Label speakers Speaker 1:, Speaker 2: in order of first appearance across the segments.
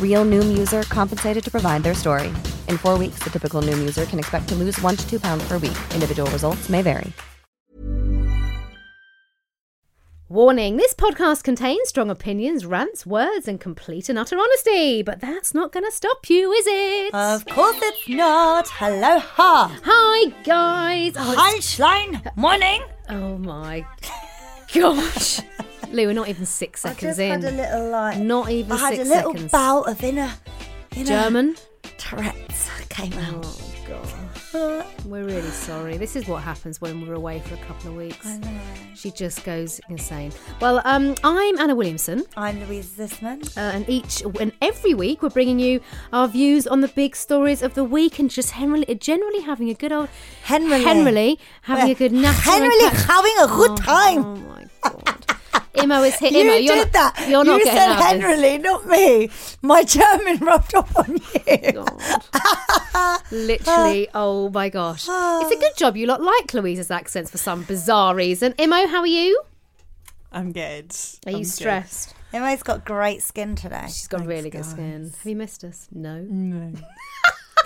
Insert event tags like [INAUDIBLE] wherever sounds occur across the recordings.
Speaker 1: Real Noom user compensated to provide their story. In four weeks, the typical Noom user can expect to lose one to two pounds per week. Individual results may vary.
Speaker 2: Warning this podcast contains strong opinions, rants, words, and complete and utter honesty, but that's not going to stop you, is it?
Speaker 3: Of course it's not. Hello, ha.
Speaker 2: Hi, guys.
Speaker 3: Oh, Hi, Schlein. Morning.
Speaker 2: Oh, my gosh. Lou, we're not even six seconds
Speaker 3: I just
Speaker 2: in.
Speaker 3: Had a little like,
Speaker 2: not even
Speaker 3: I had
Speaker 2: six
Speaker 3: a little
Speaker 2: seconds.
Speaker 3: bout of inner, inner [LAUGHS]
Speaker 2: German.
Speaker 3: Tourette's came out.
Speaker 2: Oh god, we're really sorry. This is what happens when we're away for a couple of weeks.
Speaker 3: I know.
Speaker 2: She just goes insane. Well, um, I'm Anna Williamson.
Speaker 3: I'm Louise Zisman.
Speaker 2: Uh, and each and every week we're bringing you our views on the big stories of the week and just generally, generally having a good old
Speaker 3: Henry.
Speaker 2: generally having a good natter and
Speaker 3: Henry
Speaker 2: catch-
Speaker 3: having a good
Speaker 2: Oh,
Speaker 3: time.
Speaker 2: Oh my god, Imo is here.
Speaker 3: You
Speaker 2: Imo,
Speaker 3: did
Speaker 2: you're not,
Speaker 3: that.
Speaker 2: You're not
Speaker 3: you
Speaker 2: getting
Speaker 3: said
Speaker 2: out of this.
Speaker 3: Henry, not me. My German rubbed off on you.
Speaker 2: Oh God. Literally, oh my gosh. It's a good job you lot like Louisa's accents for some bizarre reason. Imo, how are you?
Speaker 4: I'm good.
Speaker 2: Are
Speaker 4: I'm
Speaker 2: you
Speaker 4: good.
Speaker 2: stressed?
Speaker 3: Emma's got great skin today.
Speaker 2: She's got really good skin. Have you missed us? No.
Speaker 4: [LAUGHS]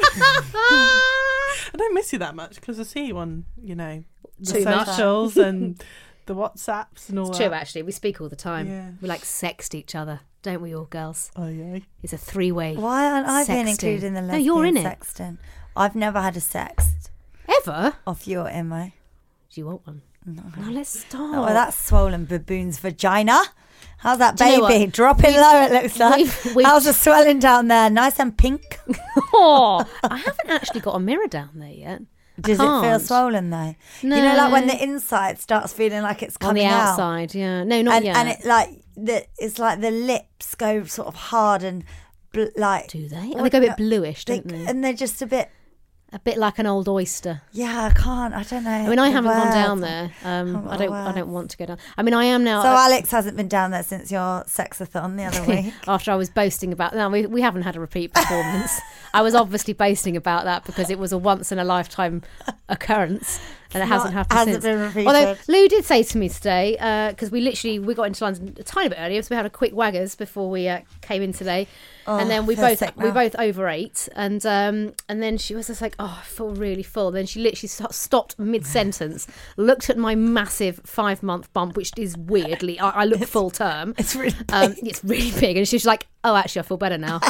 Speaker 2: Ah!
Speaker 4: No. I don't miss you that much because I see you on, you know, the
Speaker 2: Too much.
Speaker 3: [LAUGHS]
Speaker 4: socials and the WhatsApps and all
Speaker 2: It's true,
Speaker 4: that.
Speaker 2: actually. We speak all the time.
Speaker 4: Yeah.
Speaker 2: We like sext each other, don't we, all girls?
Speaker 4: Oh yeah.
Speaker 2: It's a three way.
Speaker 3: Why aren't I being
Speaker 2: Sexting.
Speaker 3: included in the
Speaker 2: No,
Speaker 3: lesbian
Speaker 2: you're in it.
Speaker 3: sexton? I've never had a sext
Speaker 2: Ever?
Speaker 3: off your Emma.
Speaker 2: Do you want one? No. let's stop.
Speaker 3: Oh, well, that's swollen baboon's vagina. How's that
Speaker 2: Do you know
Speaker 3: baby?
Speaker 2: what?
Speaker 3: Dropping low, it looks like.
Speaker 2: we've- we've-
Speaker 3: How's the swelling down there? Nice and pink.
Speaker 2: [LAUGHS] Oh, I haven't actually got a mirror down there yet. I
Speaker 3: Does it feel
Speaker 2: can't.
Speaker 3: swollen though? You know, like when
Speaker 2: No.
Speaker 3: the inside starts feeling like it's
Speaker 2: On the
Speaker 3: coming out.
Speaker 2: outside, yeah. No, not
Speaker 3: and,
Speaker 2: yet.
Speaker 3: and it like the it's like the lips go sort of hard and bl- like
Speaker 2: Do they? Oh, they go a bit bluish,
Speaker 3: they-
Speaker 2: don't they?
Speaker 3: and they're just a bit.
Speaker 2: A bit like an old oyster.
Speaker 3: Yeah, I can't. I don't know.
Speaker 2: I mean, I
Speaker 3: the
Speaker 2: haven't gone
Speaker 3: words.
Speaker 2: down there. Um,
Speaker 3: Oh,
Speaker 2: I don't. I
Speaker 3: wow.
Speaker 2: don't want to go down. I mean, I am now.
Speaker 3: So Alex hasn't been down there since your sexathon
Speaker 2: [LAUGHS]
Speaker 3: the
Speaker 2: Oh.
Speaker 3: other week.
Speaker 2: after I was boasting about now we, we haven't had a repeat
Speaker 3: [LAUGHS]
Speaker 2: performance. I was obviously boasting about that because it was a once in a lifetime occurrence and it hasn't
Speaker 3: Not-
Speaker 2: happened
Speaker 3: hasn't
Speaker 2: since.
Speaker 3: been
Speaker 2: Although
Speaker 3: repeated.
Speaker 2: Lou did say to me today because we literally we got into London a tiny bit earlier, so we had a quick waggers before we uh, came in today, and then we
Speaker 3: feel
Speaker 2: both
Speaker 3: sick
Speaker 2: we
Speaker 3: now.
Speaker 2: both overate and um, and then she was just like oh I feel really full. Then she literally sto- stopped mid sentence, looked at my massive five month bump, which is weirdly I, I look full term.
Speaker 3: It's really
Speaker 2: Um, it's really big, and she's like, "Oh, actually, I feel better
Speaker 3: [LAUGHS]
Speaker 2: now."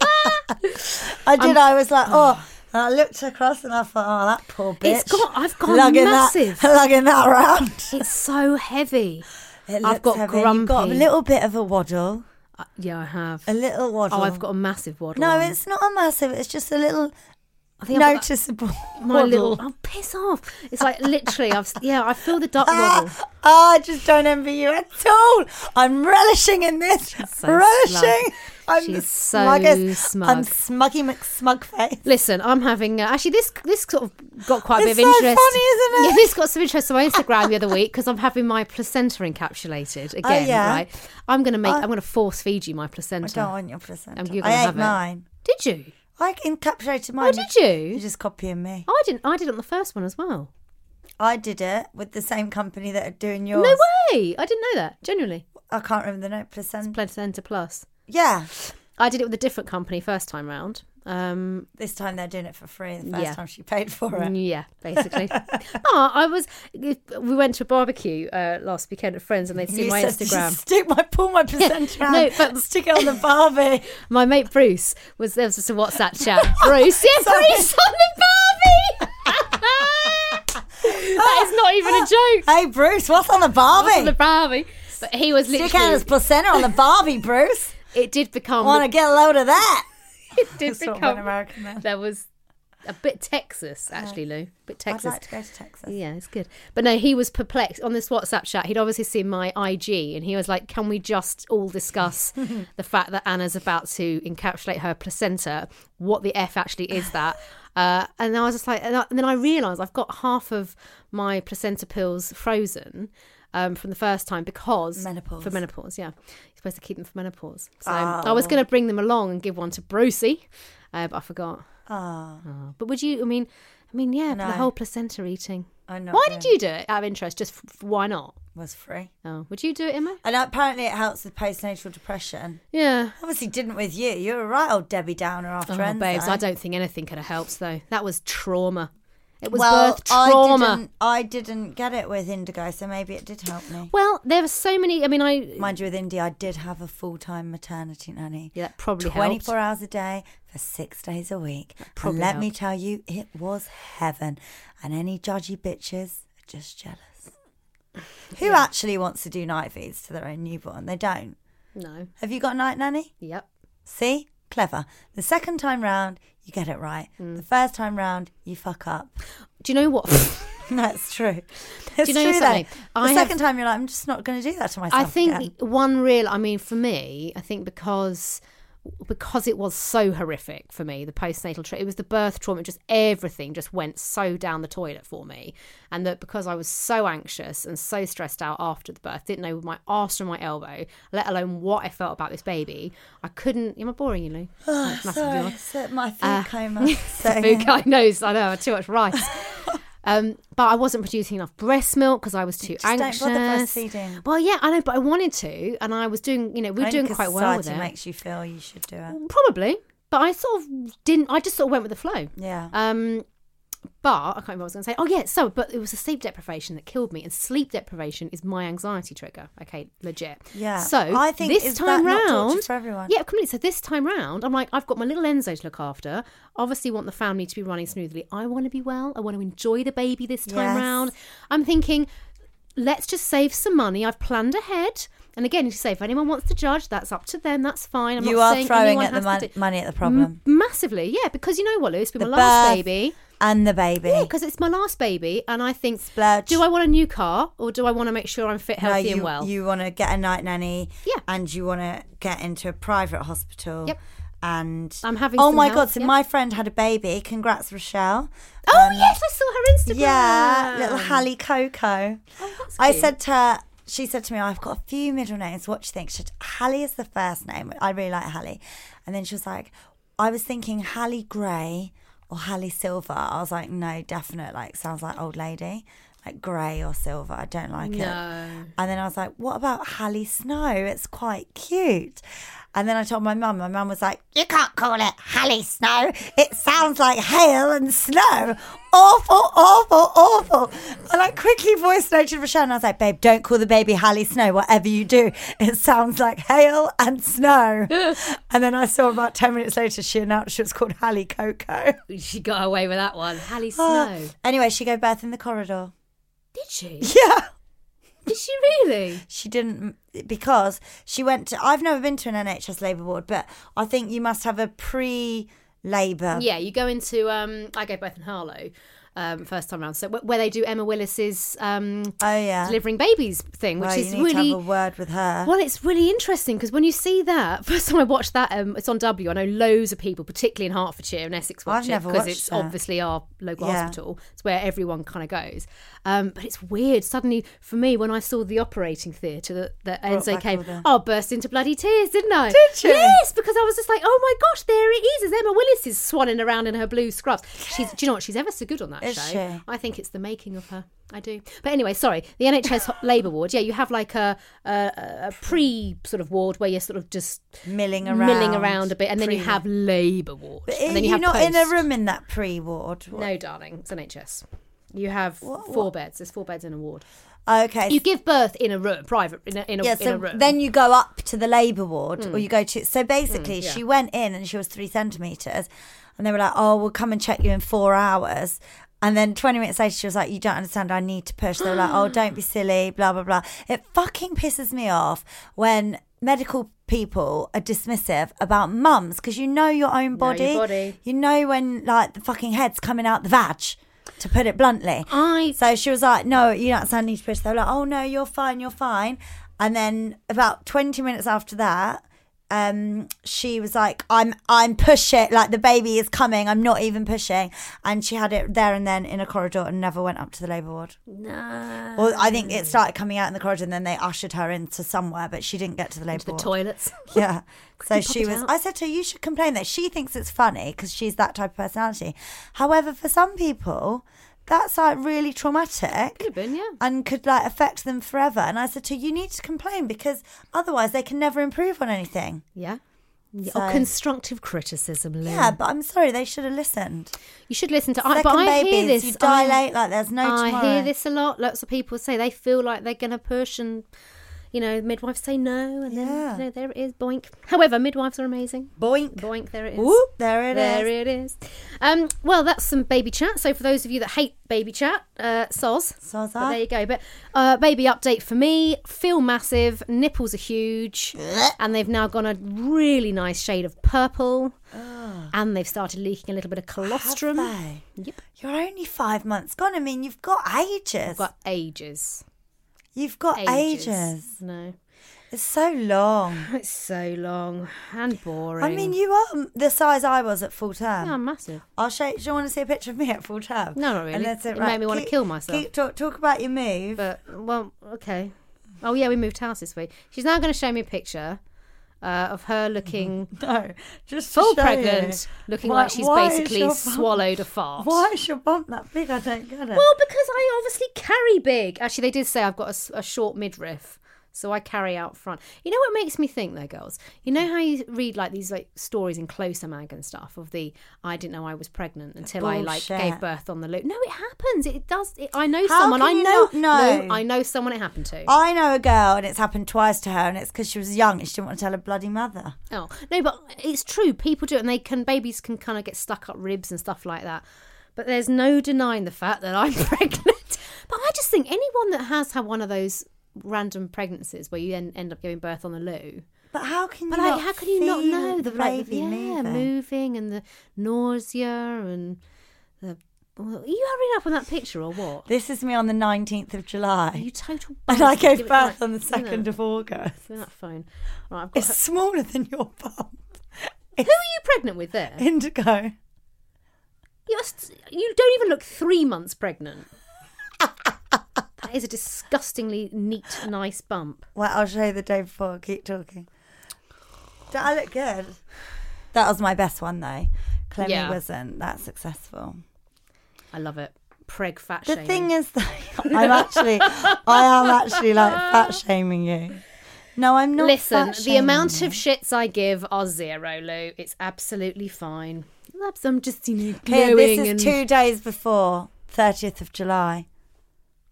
Speaker 3: I did. I was like, oh. And I looked across and I thought, oh, that poor bitch.
Speaker 2: Ah. It's got- I've gone
Speaker 3: lugging
Speaker 2: massive.
Speaker 3: That, [LAUGHS] lugging that around.
Speaker 2: it's so heavy.
Speaker 3: It
Speaker 2: I've
Speaker 3: looks
Speaker 2: got
Speaker 3: heavy. You've got a
Speaker 2: grumpy.
Speaker 3: little bit of a waddle.
Speaker 2: Uh, yeah, I have.
Speaker 3: A little waddle.
Speaker 2: Oh, I've got a massive waddle.
Speaker 3: No,
Speaker 2: on.
Speaker 3: it's not a massive. It's just a little
Speaker 2: I think I've got
Speaker 3: noticeable.
Speaker 2: my
Speaker 3: waddle.
Speaker 2: little. Oh, piss off! It's like literally, I've yeah, I feel the duck waddle.
Speaker 3: Ah, ah, I just don't envy you at all. I'm relishing in this.
Speaker 2: so
Speaker 3: relishing.
Speaker 2: smug.
Speaker 3: I'm
Speaker 2: She's
Speaker 3: the
Speaker 2: so
Speaker 3: smuggest. I'm
Speaker 2: smug.
Speaker 3: smuggy McSmugface.
Speaker 2: Listen, I'm having uh, actually this this sort of got quite a
Speaker 3: It's
Speaker 2: bit of
Speaker 3: so
Speaker 2: interest.
Speaker 3: funny, isn't it?
Speaker 2: Yeah, this got some interest on my Instagram the other week because I'm having my placenta encapsulated again.
Speaker 3: Oh, yeah. Oh.
Speaker 2: Right, I'm gonna make. I'm gonna force feed you my
Speaker 3: I
Speaker 2: placenta.
Speaker 3: don't want your placenta.
Speaker 2: And Um, you're gonna
Speaker 3: I
Speaker 2: have
Speaker 3: ate
Speaker 2: it.
Speaker 3: mine.
Speaker 2: Did you?
Speaker 3: I encapsulated mine.
Speaker 2: Oh, did you?
Speaker 3: You're just copying me.
Speaker 2: I didn't. I did it on the first one as well.
Speaker 3: I did it with the same company that are doing yours.
Speaker 2: No way! I didn't know that. Genuinely,
Speaker 3: I can't remember the name. Placenta.
Speaker 2: placenta plus.
Speaker 3: yeah.
Speaker 2: I did it with a different company first time round. Um,
Speaker 3: This time they're doing it for free. The first
Speaker 2: Yeah. Mm,
Speaker 3: time she paid for it.
Speaker 2: yeah,
Speaker 3: [LAUGHS]
Speaker 2: basically. oh, I was. We went to a barbecue uh, last weekend at friends, and they'd seen
Speaker 3: You
Speaker 2: my
Speaker 3: said,
Speaker 2: Instagram.
Speaker 3: [LAUGHS] Stick my
Speaker 2: [LAUGHS]
Speaker 3: pull my placenta out.
Speaker 2: no, but-
Speaker 3: stick it on
Speaker 2: [LAUGHS]
Speaker 3: the Barbie.
Speaker 2: My mate Bruce was
Speaker 3: [LAUGHS]
Speaker 2: there was just a WhatsApp chat. Bruce, yeah,
Speaker 3: Sorry. [LAUGHS]
Speaker 2: Bruce on the Barbie. that is not even a
Speaker 3: [LAUGHS]
Speaker 2: joke.
Speaker 3: Hey, Bruce, what's on the Barbie?
Speaker 2: On the Barbie, but he was
Speaker 3: Stick out his
Speaker 2: literally.
Speaker 3: placenta on the
Speaker 2: [LAUGHS]
Speaker 3: Barbie, Bruce.
Speaker 2: It did become.
Speaker 3: Want to get a load of that?
Speaker 2: it did
Speaker 3: Sort of
Speaker 2: become.
Speaker 3: an American man.
Speaker 2: There was a bit Texas actually, Lou. bit
Speaker 3: I'd
Speaker 2: Texas.
Speaker 3: like to go to Texas.
Speaker 2: Yeah, it's good. But no, he was perplexed on this WhatsApp chat. He'd obviously seen my IG and he was like, Can we just all discuss the fact that Anna's about to encapsulate her placenta? What the F actually is that? Uh, and I was just like, and, I, and then I realised I've got half of my placenta pills frozen um, from the first time because
Speaker 3: Menopause.
Speaker 2: for menopause, yeah, you're supposed to keep them for menopause. So I was going to bring them along and give one to Brucey, uh, but I forgot.
Speaker 3: Ah,
Speaker 2: Oh. But would you? I mean, I mean, yeah, the
Speaker 3: No.
Speaker 2: whole placenta eating.
Speaker 3: I'm not
Speaker 2: Why
Speaker 3: doing
Speaker 2: did you do it out of interest? Just f- f- why not?
Speaker 3: Was free.
Speaker 2: Oh, would you do it, Emma?
Speaker 3: And apparently it helps with postnatal depression.
Speaker 2: Yeah.
Speaker 3: Obviously didn't with you. You were a right old Debbie Downer after
Speaker 2: Oh,
Speaker 3: Enzo.
Speaker 2: babes, I don't think anything could have helped though. That was trauma. It was
Speaker 3: well,
Speaker 2: birth trauma.
Speaker 3: I didn't, I didn't get it with Indigo, so maybe it did help me.
Speaker 2: Well, there were so many. I mean, I
Speaker 3: Mind you, with India, I did have a full time maternity nanny.
Speaker 2: yeah, that probably helped.
Speaker 3: 24 hours a day for six days a week. And
Speaker 2: probably
Speaker 3: let me
Speaker 2: helped.
Speaker 3: tell you, it was heaven. And any judgy bitches are just jealous. Who actually wants to do night feeds to their own newborn? They don't.
Speaker 2: No.
Speaker 3: Have you got a night nanny?
Speaker 2: Yep.
Speaker 3: See? Clever. The second time round, you get it right.
Speaker 2: Hmm.
Speaker 3: The first time round, you fuck up. [LAUGHS]
Speaker 2: Do you know what?
Speaker 3: That's true. It's
Speaker 2: you know
Speaker 3: true,
Speaker 2: something?
Speaker 3: though. The
Speaker 2: I have-
Speaker 3: second time, you're like, I'm just not going to do that to myself.
Speaker 2: I think
Speaker 3: again.
Speaker 2: one real. I mean, for me, I think because because it was so horrific for me, the postnatal trauma. It was the birth trauma. Just everything just went so down the toilet for me, and that because I was so anxious and so stressed out after the birth, didn't know my arse from my elbow, let alone what I felt about this baby. I couldn't. Am I boring
Speaker 3: [SIGHS]
Speaker 2: you, Lou? Massively
Speaker 3: Sorry,
Speaker 2: boring.
Speaker 3: it's, uh, my food
Speaker 2: [LAUGHS]
Speaker 3: coma. So,
Speaker 2: Food guy knows. I know. I had too much
Speaker 3: [LAUGHS]
Speaker 2: rice. Um, but I wasn't producing enough breast milk because I was too
Speaker 3: don't
Speaker 2: anxious.
Speaker 3: bother breastfeeding.
Speaker 2: Well, yeah, I know, but I wanted to, and I was doing. You know, we
Speaker 3: I
Speaker 2: were doing
Speaker 3: think
Speaker 2: quite well with it.
Speaker 3: society makes you feel you should do it.
Speaker 2: Probably, but I sort of didn't. I just sort of went with the flow.
Speaker 3: Yeah.
Speaker 2: Um, but I can't remember what I was going to say. Oh yeah, so but it was the sleep deprivation that killed me, and sleep deprivation is my anxiety trigger. Okay, legit.
Speaker 3: Yeah.
Speaker 2: So
Speaker 3: I think
Speaker 2: this
Speaker 3: is
Speaker 2: time
Speaker 3: that not torture
Speaker 2: round,
Speaker 3: for everyone?
Speaker 2: yeah, completely. So this time round, I'm like, I've got my little Enzo to look after. Obviously, want the family to be running smoothly. I want to be well. I want to enjoy the baby this time
Speaker 3: Yes.
Speaker 2: round. I'm thinking, let's just save some money. I've planned ahead. And again, you say if anyone wants to judge, that's up to them. That's fine. I'm
Speaker 3: you
Speaker 2: not
Speaker 3: are
Speaker 2: saying
Speaker 3: throwing
Speaker 2: anyone
Speaker 3: at the
Speaker 2: has
Speaker 3: mon-
Speaker 2: to do-
Speaker 3: money at the problem.
Speaker 2: M- massively, yeah. Because you know what, Lewis, with
Speaker 3: The
Speaker 2: my last
Speaker 3: birth
Speaker 2: baby,
Speaker 3: and the baby.
Speaker 2: yeah, because it's my last baby, and I think,
Speaker 3: Splurge.
Speaker 2: do I want a new car or do I want to make sure I'm fit,
Speaker 3: No,
Speaker 2: healthy,
Speaker 3: you,
Speaker 2: and well?
Speaker 3: You want to get a night nanny.
Speaker 2: Yeah.
Speaker 3: And you want to get into a private hospital.
Speaker 2: Yep.
Speaker 3: And
Speaker 2: I'm having
Speaker 3: Oh
Speaker 2: some
Speaker 3: my
Speaker 2: help,
Speaker 3: God. So
Speaker 2: yeah.
Speaker 3: my friend had a baby. Congrats, Rochelle.
Speaker 2: oh
Speaker 3: Um,
Speaker 2: yes, I saw her Instagram.
Speaker 3: Yeah. Little Hallie Coco.
Speaker 2: Oh, that's
Speaker 3: I
Speaker 2: cute.
Speaker 3: said to her, she said to me, I've got a few middle names. What do you think? She said, Hallie is the first name. I really like Hallie. And then she was like, I was thinking Hallie Gray or Hallie Silver. I was like, no, definite. Like, sounds like old lady. Like grey or silver. I don't like it.
Speaker 2: No.
Speaker 3: And then I was like, what about Hallie Snow? It's quite cute. And then I told my mum, my mum was like, you can't call it Hallie Snow. It sounds like hail and snow. Awful, awful, awful. And I quickly voice noted Rochelle and I was like, babe, don't call the baby Hallie Snow. Whatever you do, it sounds like hail and snow. and then I saw about 10 minutes later, she announced she was called Hallie Coco.
Speaker 2: she got away with that one. Hallie
Speaker 3: Ah.
Speaker 2: Snow.
Speaker 3: [LAUGHS] Anyway, she gave birth in the corridor.
Speaker 2: Did she?
Speaker 3: Yeah.
Speaker 2: Did she
Speaker 3: [LAUGHS]
Speaker 2: really?
Speaker 3: She didn't because she went to. I've never been to an NHS labour ward, but I think you must have a pre-labour.
Speaker 2: Yeah, you go into um, I gave birth in Harlow um, first time round, so wh- where they do Emma Willis's um,
Speaker 3: Oh yeah.
Speaker 2: delivering babies thing, which
Speaker 3: Well,
Speaker 2: is
Speaker 3: you need to
Speaker 2: really
Speaker 3: have a word with her.
Speaker 2: Well, it's really interesting because when you see that, [LAUGHS] first time I watched that, um, it's on W. I know loads of people, particularly in Hertfordshire and Essex, watch
Speaker 3: I've
Speaker 2: it
Speaker 3: never
Speaker 2: because
Speaker 3: watched
Speaker 2: it's
Speaker 3: that.
Speaker 2: obviously our local
Speaker 3: Yeah.
Speaker 2: hospital. It's where everyone kind of goes. Um, but it's weird. Suddenly, for me, when I saw the operating theatre that, that Enzo
Speaker 3: back
Speaker 2: came,
Speaker 3: all the-
Speaker 2: I burst into bloody tears, didn't I? Did you? Yes, because I was just like, oh my gosh, there it is. It's Emma Willis is swanning around in her blue scrubs. She's, do you know what? She's ever so good on that
Speaker 3: Is
Speaker 2: show.
Speaker 3: she?
Speaker 2: I think it's the making of her. I do. But anyway, sorry. The NHS ho- [LAUGHS] labour ward. Yeah, you have like a, a, a pre sort of ward where you're sort of just
Speaker 3: milling around.
Speaker 2: milling around a bit, and then you
Speaker 3: pre-
Speaker 2: have labour ward,
Speaker 3: But
Speaker 2: and
Speaker 3: are
Speaker 2: then you
Speaker 3: you
Speaker 2: have
Speaker 3: not in a
Speaker 2: post.
Speaker 3: room in that pre-ward?
Speaker 2: No, darling, it's NHS. You have
Speaker 3: What-
Speaker 2: four
Speaker 3: what?
Speaker 2: beds. There's four beds in a ward.
Speaker 3: Okay.
Speaker 2: You give birth in a room, private in a in a,
Speaker 3: yeah,
Speaker 2: in a
Speaker 3: so
Speaker 2: room. Hmm.
Speaker 3: then you go up to the labour ward, or you go to. So basically,
Speaker 2: yeah.
Speaker 3: she went in and she was three centimeters, and they were like, "Oh, we'll come and check you in four hours." And then 20 minutes later, she was like, You don't understand. I need to push. They were like, Oh,
Speaker 2: [GASPS]
Speaker 3: don't be silly, blah, blah, blah. It fucking pisses me off when medical people are dismissive about mums because you know your own body.
Speaker 2: body.
Speaker 3: You know when, like, the fucking head's coming out the vag, to put it
Speaker 2: Oh,
Speaker 3: bluntly.
Speaker 2: I
Speaker 3: So she was like, No, you don't understand. I need to push. They were like, Oh, no, you're fine. You're fine. And then about 20 minutes after that, um, she was like, "I'm, I'm pushing. Like the baby is coming. I'm not even pushing." And she had it there and then in a corridor and never went up to the labour ward.
Speaker 2: no.
Speaker 3: Well, I think it started coming out in the corridor, and then they ushered her into somewhere, but she didn't get to the labour
Speaker 2: the
Speaker 3: ward. [LAUGHS]
Speaker 2: toilets.
Speaker 3: Yeah. So
Speaker 2: Quickly pop
Speaker 3: she
Speaker 2: it
Speaker 3: was.
Speaker 2: out.
Speaker 3: I said to her, "You should complain that she thinks it's funny because she's that type of personality." However, for some people, that's like really traumatic
Speaker 2: Could have been, yeah.
Speaker 3: and could like affect them forever. And I said to her, "You need to complain because otherwise they can never improve on anything."
Speaker 2: Yeah. Yeah,
Speaker 3: So-
Speaker 2: Or constructive criticism, Lynn.
Speaker 3: Yeah, but I'm sorry, they should have listened.
Speaker 2: you should listen to. I,
Speaker 3: Second
Speaker 2: but I
Speaker 3: babies,
Speaker 2: hear this.
Speaker 3: you
Speaker 2: I-
Speaker 3: dilate like there's no
Speaker 2: I
Speaker 3: tomorrow.
Speaker 2: hear this a lot. Lots of people say they feel like they're going to push, and you know, midwives say no, and
Speaker 3: Yeah.
Speaker 2: then you know, there it is, boink. However, midwives are amazing.
Speaker 3: Boink.
Speaker 2: Boink, there it is.
Speaker 3: Whoop, there it is.
Speaker 2: there it is. Um, well, that's some baby chat. So for those of you that hate baby chat, uh, soz.
Speaker 3: Soz
Speaker 2: But
Speaker 3: up.
Speaker 2: there you go. But uh, baby update for me. Feel massive. Nipples are huge, and they've now gone a really nice shade of purple. And they've started leaking a little bit of colostrum.
Speaker 3: Have they? You're only five months gone. I mean, you've got ages.
Speaker 2: Got ages.
Speaker 3: you've got ages.
Speaker 2: No.
Speaker 3: It's so long.
Speaker 2: It's so long and boring.
Speaker 3: I mean, you are the size I was at full term.
Speaker 2: yeah, I'm massive.
Speaker 3: I'll show you. Do you want to see a picture of me at full term?
Speaker 2: No, not really.
Speaker 3: And that's
Speaker 2: It made me wanna
Speaker 3: keep-
Speaker 2: kill myself.
Speaker 3: keep- talk, talk about your move.
Speaker 2: But well, okay. Oh yeah, we moved house this week. She's now going to show me a picture uh, of her looking
Speaker 3: [LAUGHS] no, just to
Speaker 2: full
Speaker 3: show
Speaker 2: pregnant,
Speaker 3: you.
Speaker 2: looking
Speaker 3: Why-
Speaker 2: like she's
Speaker 3: why is
Speaker 2: basically
Speaker 3: your bump-
Speaker 2: swallowed a fart.
Speaker 3: Why is your bump that big? I don't get it.
Speaker 2: Well, because I obviously carry big. Actually, they did say I've got a s- a, short midriff, so I carry out front. You know what makes me think, though, girls? You know how you read like these like stories in Closer Mag and stuff of the I didn't know I was pregnant until I like
Speaker 3: Bullshit.
Speaker 2: gave birth on the loop. No, it happens. It does. It, I know
Speaker 3: How
Speaker 2: someone.
Speaker 3: can
Speaker 2: I
Speaker 3: you
Speaker 2: know.
Speaker 3: not know?
Speaker 2: No, I know someone. It happened to.
Speaker 3: I know a girl, and it's happened twice to her, and it's because she was young and she didn't want to tell her bloody mother.
Speaker 2: Oh no, but it's true. People do it, and they can. Babies can kind of get stuck up ribs and stuff like that. But there's no denying the fact that I'm [LAUGHS] pregnant. But I just think anyone that has had one of those random pregnancies where you end, end up giving birth on the loo.
Speaker 3: But how can you?
Speaker 2: But like,
Speaker 3: not
Speaker 2: how can you not
Speaker 3: feel
Speaker 2: know
Speaker 3: the
Speaker 2: the like,
Speaker 3: baby
Speaker 2: yeah,
Speaker 3: moving?
Speaker 2: and the nausea and the. Well, are you hurrying up on that picture or
Speaker 3: [LAUGHS]
Speaker 2: what?
Speaker 3: This is me on the 19th of July.
Speaker 2: Are you total.
Speaker 3: [LAUGHS] and I
Speaker 2: bastard?
Speaker 3: gave
Speaker 2: Give it
Speaker 3: birth
Speaker 2: back.
Speaker 3: on the
Speaker 2: Give me that-
Speaker 3: 2nd of August.
Speaker 2: give me that phone. Right, I've got.
Speaker 3: [LAUGHS] It's smaller than your bum. [LAUGHS]
Speaker 2: Who are you pregnant with there?
Speaker 3: Indigo.
Speaker 2: You're st- you don't even look three months
Speaker 3: [LAUGHS]
Speaker 2: pregnant. that is a disgustingly neat, nice bump.
Speaker 3: Well, I'll show you the day before. Keep talking. Do I look good? That was my best one, though. Clemmy
Speaker 2: Yeah.
Speaker 3: wasn't that successful.
Speaker 2: I love it. Preg fat
Speaker 3: The
Speaker 2: shaming.
Speaker 3: thing is, that [LAUGHS] I'm actually, I am
Speaker 2: [LAUGHS]
Speaker 3: actually like fat shaming you. No, I'm not.
Speaker 2: Listen,
Speaker 3: fat
Speaker 2: the
Speaker 3: shaming
Speaker 2: amount of
Speaker 3: you.
Speaker 2: shits I give are zero, Lou. It's absolutely fine. That's- I'm just, you know,
Speaker 3: Okay,
Speaker 2: glowing
Speaker 3: this is
Speaker 2: and
Speaker 3: two days before 30th of July. I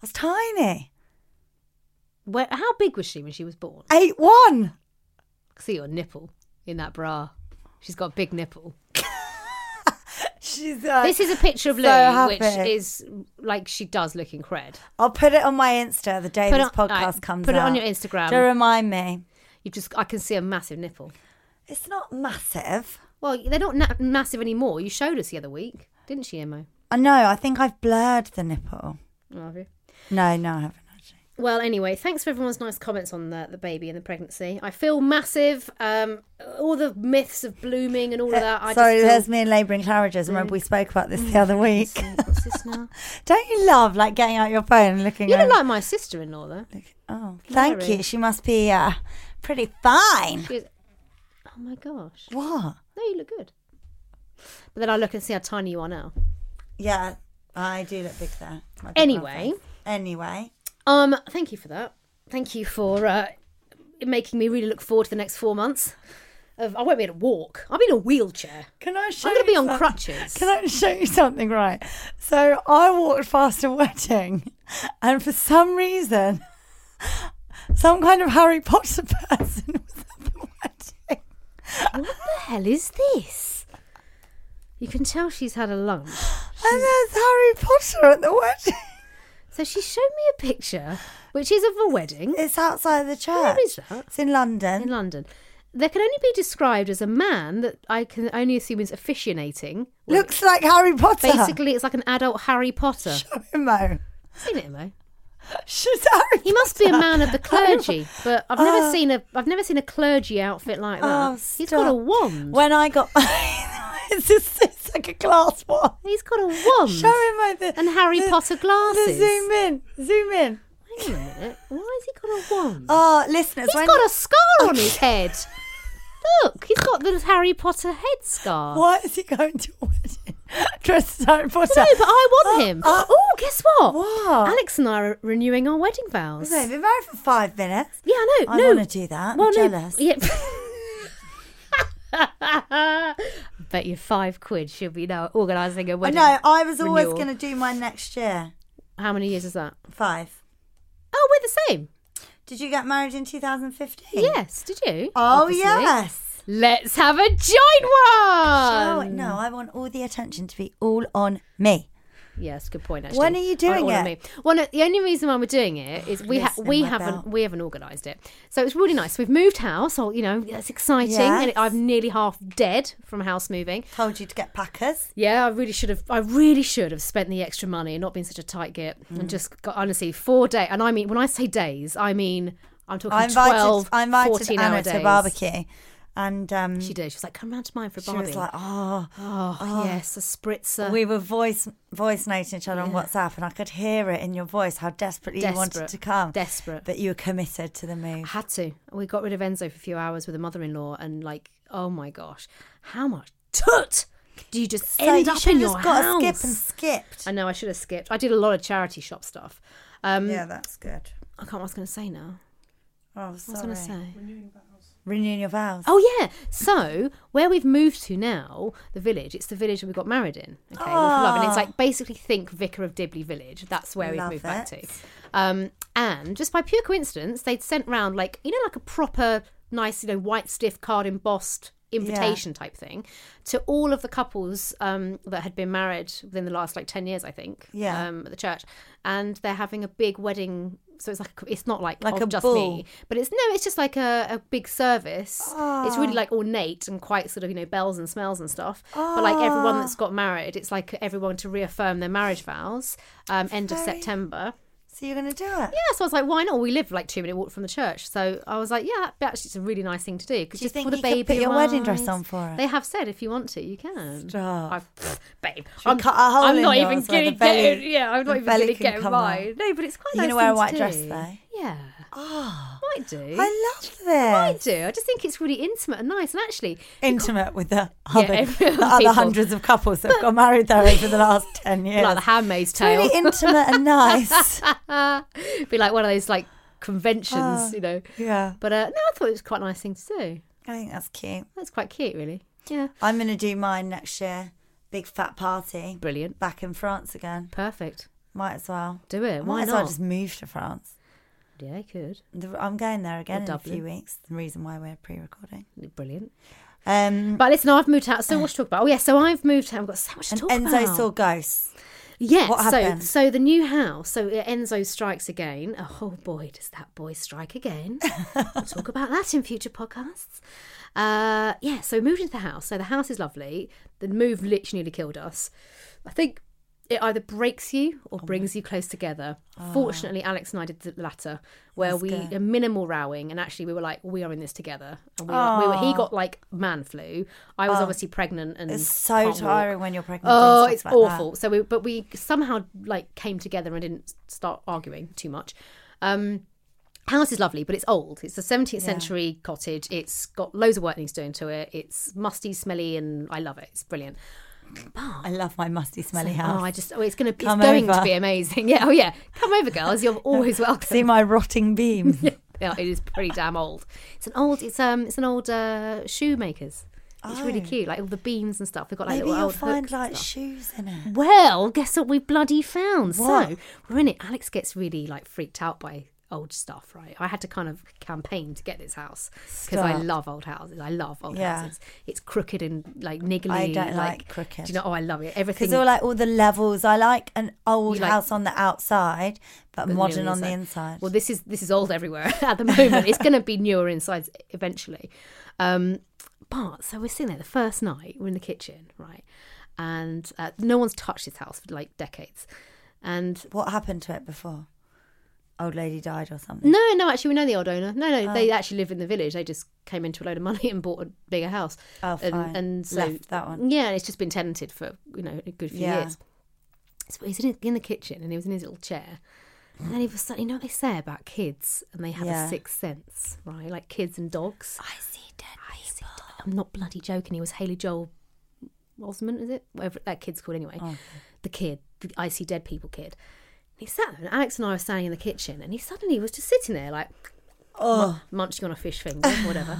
Speaker 3: was tiny.
Speaker 2: Where, how big was she when she was born?
Speaker 3: Eight one. [LAUGHS]
Speaker 2: I see your nipple in that bra. She's got a big nipple.
Speaker 3: She's like,
Speaker 2: This is a picture of
Speaker 3: Uh, so
Speaker 2: Lou, which
Speaker 3: happy.
Speaker 2: is like she does look in cred.
Speaker 3: I'll put it on my Insta the day
Speaker 2: Put it
Speaker 3: this
Speaker 2: on-
Speaker 3: podcast
Speaker 2: alright,
Speaker 3: comes
Speaker 2: put it on
Speaker 3: out,
Speaker 2: your Instagram.
Speaker 3: to remind me.
Speaker 2: You just, I can see a massive nipple.
Speaker 3: It's not massive.
Speaker 2: Well, they're not na- massive anymore. You showed us the other week, didn't she, Emma?
Speaker 3: I know. I think I've blurred the nipple. No, no, I haven't actually.
Speaker 2: Well, anyway, thanks for everyone's nice comments on the, the baby and the pregnancy. I feel massive. Um, all the myths of blooming and all of that. I
Speaker 3: Sorry,
Speaker 2: just feel...
Speaker 3: there's me and labouring carriages. Remember we spoke about this [LAUGHS] the other week.
Speaker 2: What's this
Speaker 3: [LAUGHS]
Speaker 2: now?
Speaker 3: Don't you love like getting out your phone and looking?
Speaker 2: You look
Speaker 3: over-
Speaker 2: like my sister-in-law, though.
Speaker 3: Oh, thank
Speaker 2: Larry.
Speaker 3: you. She must be uh, pretty fine.
Speaker 2: She was... Oh my gosh!
Speaker 3: What?
Speaker 2: No, you look good. But then I look and see how tiny you are now.
Speaker 3: Yeah, I do look big there. It's my big
Speaker 2: Anyway.
Speaker 3: mouth. Anyway,
Speaker 2: Um, thank you for that. Thank you for uh, making me really look forward to the next four months. Of I won't be able to walk. I'll be in a wheelchair.
Speaker 3: can I show?
Speaker 2: I'm going to be
Speaker 3: you
Speaker 2: on
Speaker 3: some-
Speaker 2: crutches.
Speaker 3: Can I show you something, right? So I walked past a wedding, and for some reason, some kind of Harry Potter [LAUGHS] person was at the wedding.
Speaker 2: What the hell is this? You can tell she's had a lump.
Speaker 3: And there's Harry Potter at the wedding.
Speaker 2: So she showed me a picture, which is of a wedding
Speaker 3: It's outside the church.
Speaker 2: Where is that?
Speaker 3: It's in London.
Speaker 2: in London. There can only be described as a man that I can only assume is officiating.
Speaker 3: Looks like Harry Potter. [LAUGHS]
Speaker 2: Basically, it's like an adult Harry Potter.
Speaker 3: Imo.
Speaker 2: Seen it, though.
Speaker 3: She's Harry
Speaker 2: He must be a
Speaker 3: Potter.
Speaker 2: man of the clergy, but I've never seen a I've never seen a clergy outfit like that.
Speaker 3: Oh,
Speaker 2: He's got a
Speaker 3: stop.
Speaker 2: wand.
Speaker 3: When I got. [LAUGHS] it's, just, it's like a glass one.
Speaker 2: He's got a wand.
Speaker 3: Show him my. The,
Speaker 2: And Harry
Speaker 3: the-
Speaker 2: Potter
Speaker 3: the
Speaker 2: glasses.
Speaker 3: zoom in. Zoom in.
Speaker 2: Hang on a minute. Why has he got a wand?
Speaker 3: Oh, listeners.
Speaker 2: He's
Speaker 3: when
Speaker 2: got a scar on
Speaker 3: [LAUGHS]
Speaker 2: his head. Look, he's got the Harry Potter head scar.
Speaker 3: Why is he going to a wedding [LAUGHS] dressed as Harry Potter?
Speaker 2: No,
Speaker 3: [GASPS]
Speaker 2: but I want him.
Speaker 3: Oh,
Speaker 2: oh, guess what?
Speaker 3: What?
Speaker 2: Alex and I are renewing our wedding vows.
Speaker 3: We've been married for five minutes.
Speaker 2: Yeah, I know.
Speaker 3: I
Speaker 2: no.
Speaker 3: wanna do that. I'm jealous.
Speaker 2: No, yeah. [LAUGHS] Bet you five quid she'll be now organising a
Speaker 3: I
Speaker 2: wedding.
Speaker 3: know. I was always
Speaker 2: renewal.
Speaker 3: going to do mine next year.
Speaker 2: How many years is that?
Speaker 3: Five.
Speaker 2: Oh, we're the same.
Speaker 3: Did you get married in 2015?
Speaker 2: Yes, did you?
Speaker 3: Oh,
Speaker 2: Obviously.
Speaker 3: yes.
Speaker 2: Let's have a joint
Speaker 3: Oh,
Speaker 2: one.
Speaker 3: no, I want all the attention to be all on me.
Speaker 2: Yes, good point. Actually,
Speaker 3: When are you
Speaker 2: On
Speaker 3: doing
Speaker 2: All of
Speaker 3: it?
Speaker 2: Me. Well, no, the only reason why we're doing it is we ha-
Speaker 3: listen,
Speaker 2: we
Speaker 3: my
Speaker 2: haven't
Speaker 3: belt.
Speaker 2: we haven't organised it, so it's really nice. We've moved house, or you know, that's exciting. And
Speaker 3: Yes.
Speaker 2: I'm nearly half dead from house moving.
Speaker 3: Told you to get packers.
Speaker 2: Yeah, I really should have. I really should have spent the extra money and not been such a tight git
Speaker 3: Mm.
Speaker 2: and just got honestly four day. And I mean, when I say days, I mean I'm talking
Speaker 3: I invited,
Speaker 2: 12,
Speaker 3: I invited
Speaker 2: 14
Speaker 3: Anna
Speaker 2: hour days.
Speaker 3: to barbecue. And um,
Speaker 2: She
Speaker 3: she,
Speaker 2: did. She was like, "Come round to mine for a barbie."
Speaker 3: was like, oh,
Speaker 2: oh, yes, a spritzer."
Speaker 3: we were voice voice noting each other on WhatsApp, and I could hear it in your voice how desperately you wanted
Speaker 2: Desperate.
Speaker 3: to come.
Speaker 2: Desperate.
Speaker 3: But you were committed to the move.
Speaker 2: Had to. We got rid of Enzo for a few hours with a mother-in-law, and like, oh my gosh, how much tut do you just end
Speaker 3: you
Speaker 2: up
Speaker 3: should
Speaker 2: in
Speaker 3: have
Speaker 2: your
Speaker 3: just got
Speaker 2: house?
Speaker 3: a skip and skipped.
Speaker 2: I know. I should have skipped. I did a lot of charity shop stuff. Um,
Speaker 3: yeah, that's good.
Speaker 2: I can't. What I was going to say now.
Speaker 3: Oh,
Speaker 2: What
Speaker 3: sorry.
Speaker 2: was I going to say?
Speaker 3: Renewing your vows.
Speaker 2: Oh yeah. So where we've moved to now, the village. It's the village that we got married in. Okay, with love, and it's like basically think Vicar of Dibley Village. That's where
Speaker 3: Ah. Love
Speaker 2: we've moved back to.
Speaker 3: it.
Speaker 2: Um, and just by pure coincidence, they'd sent round like you know like a proper nice you know white stiff card embossed invitation type thing to all of the couples um, that had been married within the last like 10 years i think
Speaker 3: Yeah.
Speaker 2: um, at the church and they're having a big wedding so it's like it's not like
Speaker 3: Like
Speaker 2: of
Speaker 3: a
Speaker 2: just
Speaker 3: ball.
Speaker 2: me but it's no it's just like a, a big service it's
Speaker 3: Ah.
Speaker 2: really like ornate and quite sort of you know bells and smells and stuff but like everyone
Speaker 3: Ah.
Speaker 2: that's got married it's like everyone to reaffirm their marriage vows um, end of september
Speaker 3: So you're going to do it? Yeah.
Speaker 2: yeah, so I was like, why not? We live like two minute walk from the church, so I was like, yeah, that'd be actually, it's a really nice thing to do. Cause
Speaker 3: Do you
Speaker 2: just
Speaker 3: think
Speaker 2: for the
Speaker 3: you could
Speaker 2: baby,
Speaker 3: put your wedding dress
Speaker 2: wise-
Speaker 3: on for it?
Speaker 2: They have said if you want to, you can.
Speaker 3: Stop.
Speaker 2: I- [LAUGHS] pff, babe,
Speaker 3: we
Speaker 2: I'm,
Speaker 3: cut a hole
Speaker 2: I'm
Speaker 3: in
Speaker 2: not
Speaker 3: yours
Speaker 2: even
Speaker 3: where the
Speaker 2: gonna get.
Speaker 3: belly-
Speaker 2: Yeah, I'm
Speaker 3: the
Speaker 2: not even
Speaker 3: belly
Speaker 2: gonna
Speaker 3: can
Speaker 2: get
Speaker 3: come
Speaker 2: mine.
Speaker 3: out.
Speaker 2: No, but it's quite.
Speaker 3: You
Speaker 2: nice
Speaker 3: gonna wear a
Speaker 2: thing to
Speaker 3: white dress,
Speaker 2: do.
Speaker 3: though?
Speaker 2: Yeah,
Speaker 3: Oh,
Speaker 2: might do.
Speaker 3: I love this.
Speaker 2: I do. I just think it's really intimate and nice, and actually,
Speaker 3: intimate with the other,
Speaker 2: every-
Speaker 3: the other
Speaker 2: people.
Speaker 3: hundreds of couples that have got married there over the last
Speaker 2: [LAUGHS]
Speaker 3: 10 years.
Speaker 2: like the Handmaid's
Speaker 3: it's really
Speaker 2: Tale,
Speaker 3: intimate
Speaker 2: [LAUGHS]
Speaker 3: and nice.
Speaker 2: be like one of those like conventions,
Speaker 3: Ah.
Speaker 2: you know.
Speaker 3: yeah.
Speaker 2: But uh, no, I thought it was quite a nice thing to do.
Speaker 3: I think that's cute.
Speaker 2: That's quite cute, really. Yeah,
Speaker 3: I'm going to do mine next year. Big fat party.
Speaker 2: brilliant.
Speaker 3: Back in France again.
Speaker 2: Perfect.
Speaker 3: Might as well.
Speaker 2: Do it. Why
Speaker 3: Might as
Speaker 2: not?
Speaker 3: well just move to France.
Speaker 2: Yeah, you could.
Speaker 3: The- I'm going there again in a
Speaker 2: Dublin.
Speaker 3: few weeks. The reason why we're pre-recording.
Speaker 2: Brilliant.
Speaker 3: Um,
Speaker 2: But listen, I've moved out. So much to talk about. Oh yeah, so I've moved out. I've got so much to
Speaker 3: and
Speaker 2: talk
Speaker 3: Enzo
Speaker 2: about.
Speaker 3: saw ghosts.
Speaker 2: yeah.
Speaker 3: what
Speaker 2: so
Speaker 3: happened?
Speaker 2: so the new house. So uh, Enzo strikes again. Oh boy, does that boy strike again? we'll
Speaker 3: [LAUGHS]
Speaker 2: talk about that in future podcasts. Uh, yeah. So we moved into the house. So the house is lovely. The move literally nearly killed us. I think it either breaks you
Speaker 3: Oh
Speaker 2: or brings you close together.
Speaker 3: Ah.
Speaker 2: Fortunately, Alex and I did the latter, where we a minimal rowing, and actually we were like, we are in this together. And we were, we were, he got like man flu. I was obviously pregnant, and
Speaker 3: Oh. It's so
Speaker 2: can't walk.
Speaker 3: tiring when you're pregnant. doing
Speaker 2: Oh,
Speaker 3: stuff
Speaker 2: it's
Speaker 3: like that.
Speaker 2: awful. So, we, but we somehow like came together and didn't start arguing too much. Um, house is lovely, but it's old. It's a 17th century cottage. It's got loads of work needs doing to it. It's musty, smelly, and I love it. It's brilliant.
Speaker 3: I love my musty, smelly
Speaker 2: Oh, I
Speaker 3: house.
Speaker 2: just oh, it's gonna it's
Speaker 3: Come
Speaker 2: going to
Speaker 3: over.
Speaker 2: be amazing. [LAUGHS] Yeah, oh yeah, come over, girls.
Speaker 3: [LAUGHS]
Speaker 2: You're always welcome.
Speaker 3: See my rotting beam.
Speaker 2: [LAUGHS] Yeah, it is pretty damn old. It's an old. It's um. It's an old uh, shoemaker's. It's really
Speaker 3: Oh.
Speaker 2: cute, like all the beams and stuff. We've got like
Speaker 3: Maybe
Speaker 2: little
Speaker 3: you'll
Speaker 2: old
Speaker 3: find
Speaker 2: hooks and
Speaker 3: like
Speaker 2: stuff.
Speaker 3: shoes in it.
Speaker 2: Well, guess what we bloody found?
Speaker 3: What?
Speaker 2: So we're in it. Alex gets really like freaked out by old stuff, right? I had to kind of campaign to get this house because I
Speaker 3: Stop.
Speaker 2: love old houses. I love old
Speaker 3: Yeah.
Speaker 2: houses. It's crooked and like niggly.
Speaker 3: I don't like crooked.
Speaker 2: Do you know? Oh, I love it.
Speaker 3: Because
Speaker 2: Everything.
Speaker 3: all like all the levels, I like an old
Speaker 2: You like-
Speaker 3: house on the outside, but,
Speaker 2: but
Speaker 3: modern
Speaker 2: newer
Speaker 3: on the inside.
Speaker 2: Well, this is this is old everywhere [LAUGHS] at the moment. it's going to be newer insides eventually. Um, but so we're sitting there the first night. We're in the kitchen, right? And uh, no one's touched this house for like decades. And
Speaker 3: what happened to it before? Old lady died or something. Oh.
Speaker 2: no, no, actually, we know the old owner. No, no, they actually live in the village. They just came into a load of money and bought a bigger house.
Speaker 3: Oh,
Speaker 2: and,
Speaker 3: fine.
Speaker 2: and so
Speaker 3: Left that one.
Speaker 2: Yeah, and it's just been tenanted for you know a good few
Speaker 3: Yeah.
Speaker 2: years. So he's in, in the kitchen and he was in his little chair. And then he was like, you know what they say about kids and they have
Speaker 3: Yeah.
Speaker 2: a sixth sense, right? Like kids and dogs.
Speaker 3: I see dead people.
Speaker 2: I'm not bloody joking. He was Haley Joel Osment, is it? Whatever that kid's called anyway.
Speaker 3: Oh,
Speaker 2: The kid, the I See Dead People kid. And he sat there, and Alex and I were standing in the kitchen, and he suddenly was just sitting there, like
Speaker 3: Oh,
Speaker 2: mu- munching on a fish finger,
Speaker 3: [LAUGHS]
Speaker 2: whatever.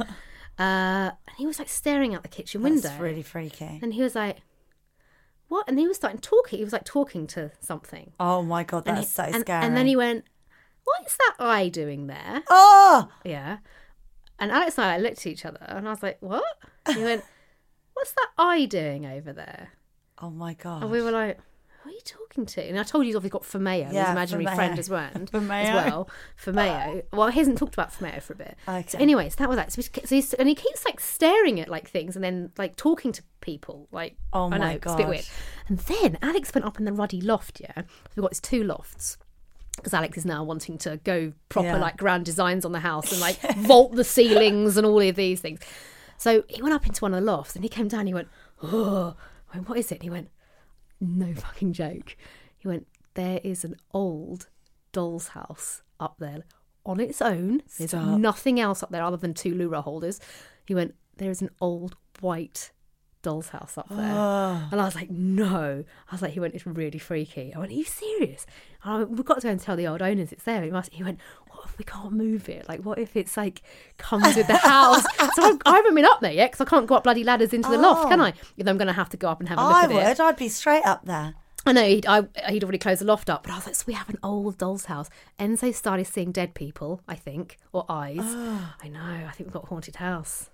Speaker 2: uh, and he was like staring out the kitchen window.
Speaker 3: that's really freaky.
Speaker 2: And he was like, "What?" And he was starting talking. He was like talking to something.
Speaker 3: Oh my god,
Speaker 2: And
Speaker 3: that's
Speaker 2: he-
Speaker 3: so
Speaker 2: and,
Speaker 3: scary.
Speaker 2: And then he went, "What is that eye doing there?"
Speaker 3: oh,
Speaker 2: Yeah. And Alex and I like, looked at each other, and I was like, "What?" And he went, "What's that eye doing over there?"
Speaker 3: oh my god.
Speaker 2: And we were like, "Who are you talking to?" And I told you he's obviously got Fomeo, his
Speaker 3: Yeah,
Speaker 2: imaginary
Speaker 3: Fomeo.
Speaker 2: friend as well.
Speaker 3: [LAUGHS]
Speaker 2: as
Speaker 3: Fomeo.
Speaker 2: well, Fomeo. Well, he hasn't talked about Fomeo for a bit. So,
Speaker 3: Okay.
Speaker 2: anyways, that was that. So he's- so he's, and he keeps like staring at like things and then like talking to people. Like,
Speaker 3: Oh
Speaker 2: I know,
Speaker 3: my
Speaker 2: it's a bit weird.
Speaker 3: gosh.
Speaker 2: And then Alex went up in the ruddy loft. Yeah, we've got these two lofts because Alex is now wanting to go proper
Speaker 3: Yeah.
Speaker 2: like grand designs on the house and like
Speaker 3: [LAUGHS]
Speaker 2: vault the ceilings and all of these things. So he went up into one of the lofts and he came down. And he went, "Oh, I went, what is it?" And he went, "No [LAUGHS] fucking joke." He went, "There is an old doll's house up there on its own. There's nothing else up there other than two lura holders." He went, "There is an old white." Doll's house up there,
Speaker 3: Ah.
Speaker 2: and I was like, "No!" I was like, "He went, it's really freaky." I went, "Are you serious?" And I went, "We've got to go and tell the old owners it's there." He must. He went, "What if we can't move it? Like, what if it's like comes
Speaker 3: [LAUGHS]
Speaker 2: with the house?" so I, I haven't been up there yet because I can't go up bloody ladders into the loft, can I? Then I'm going to have to go up and have a look
Speaker 3: Oh. I
Speaker 2: at it.
Speaker 3: would. I'd be straight up there.
Speaker 2: I know he'd, I, he'd already closed the loft up, but I was like, so we have an old doll's house. Enzo started seeing dead people, I think, or eyes.
Speaker 3: Ah.
Speaker 2: I know, I think we've got a haunted house.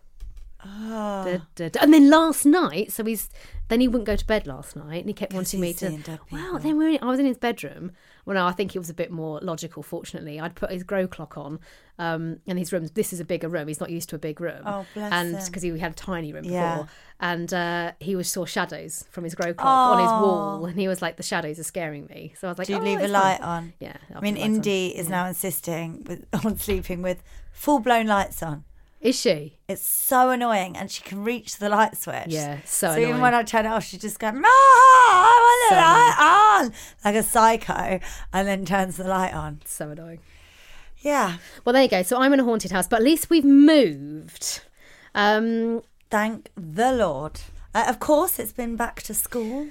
Speaker 3: Ah.
Speaker 2: Da, da, da. And then last night, so he's then he wouldn't go to bed last night, and he kept wanting me
Speaker 3: he's
Speaker 2: to.
Speaker 3: seeing dead
Speaker 2: Well,
Speaker 3: people.
Speaker 2: then we were in, I was in his bedroom. Well, no, I think he was a bit more logical. Fortunately, I'd put his grow clock on, um, and his room. This is a bigger room. He's not used to a big room.
Speaker 3: Oh, bless
Speaker 2: And
Speaker 3: him.
Speaker 2: because he had a tiny room before,
Speaker 3: Yeah.
Speaker 2: and uh, he was saw shadows from his grow clock on his wall, and he was like, "The shadows are scaring me." So I was like,
Speaker 3: Oh. Do you
Speaker 2: "Oh,
Speaker 3: leave a
Speaker 2: it's
Speaker 3: light
Speaker 2: fine."
Speaker 3: on?
Speaker 2: Yeah, I'll
Speaker 3: I mean,
Speaker 2: put lights on.
Speaker 3: Indy is now insisting with, [LAUGHS] on sleeping with full blown lights on.
Speaker 2: Is she?
Speaker 3: It's so annoying, and she can reach the light switch.
Speaker 2: Yeah, so
Speaker 3: even
Speaker 2: annoying.
Speaker 3: when I turn it off, she just goes, "No, I want the
Speaker 2: So
Speaker 3: light on," like a psycho, and then turns the light on.
Speaker 2: So annoying.
Speaker 3: Yeah,
Speaker 2: Well, there you go. So I'm in a haunted house, but at least we've moved. Um,
Speaker 3: thank the Lord. Uh, of course, it's been back to school.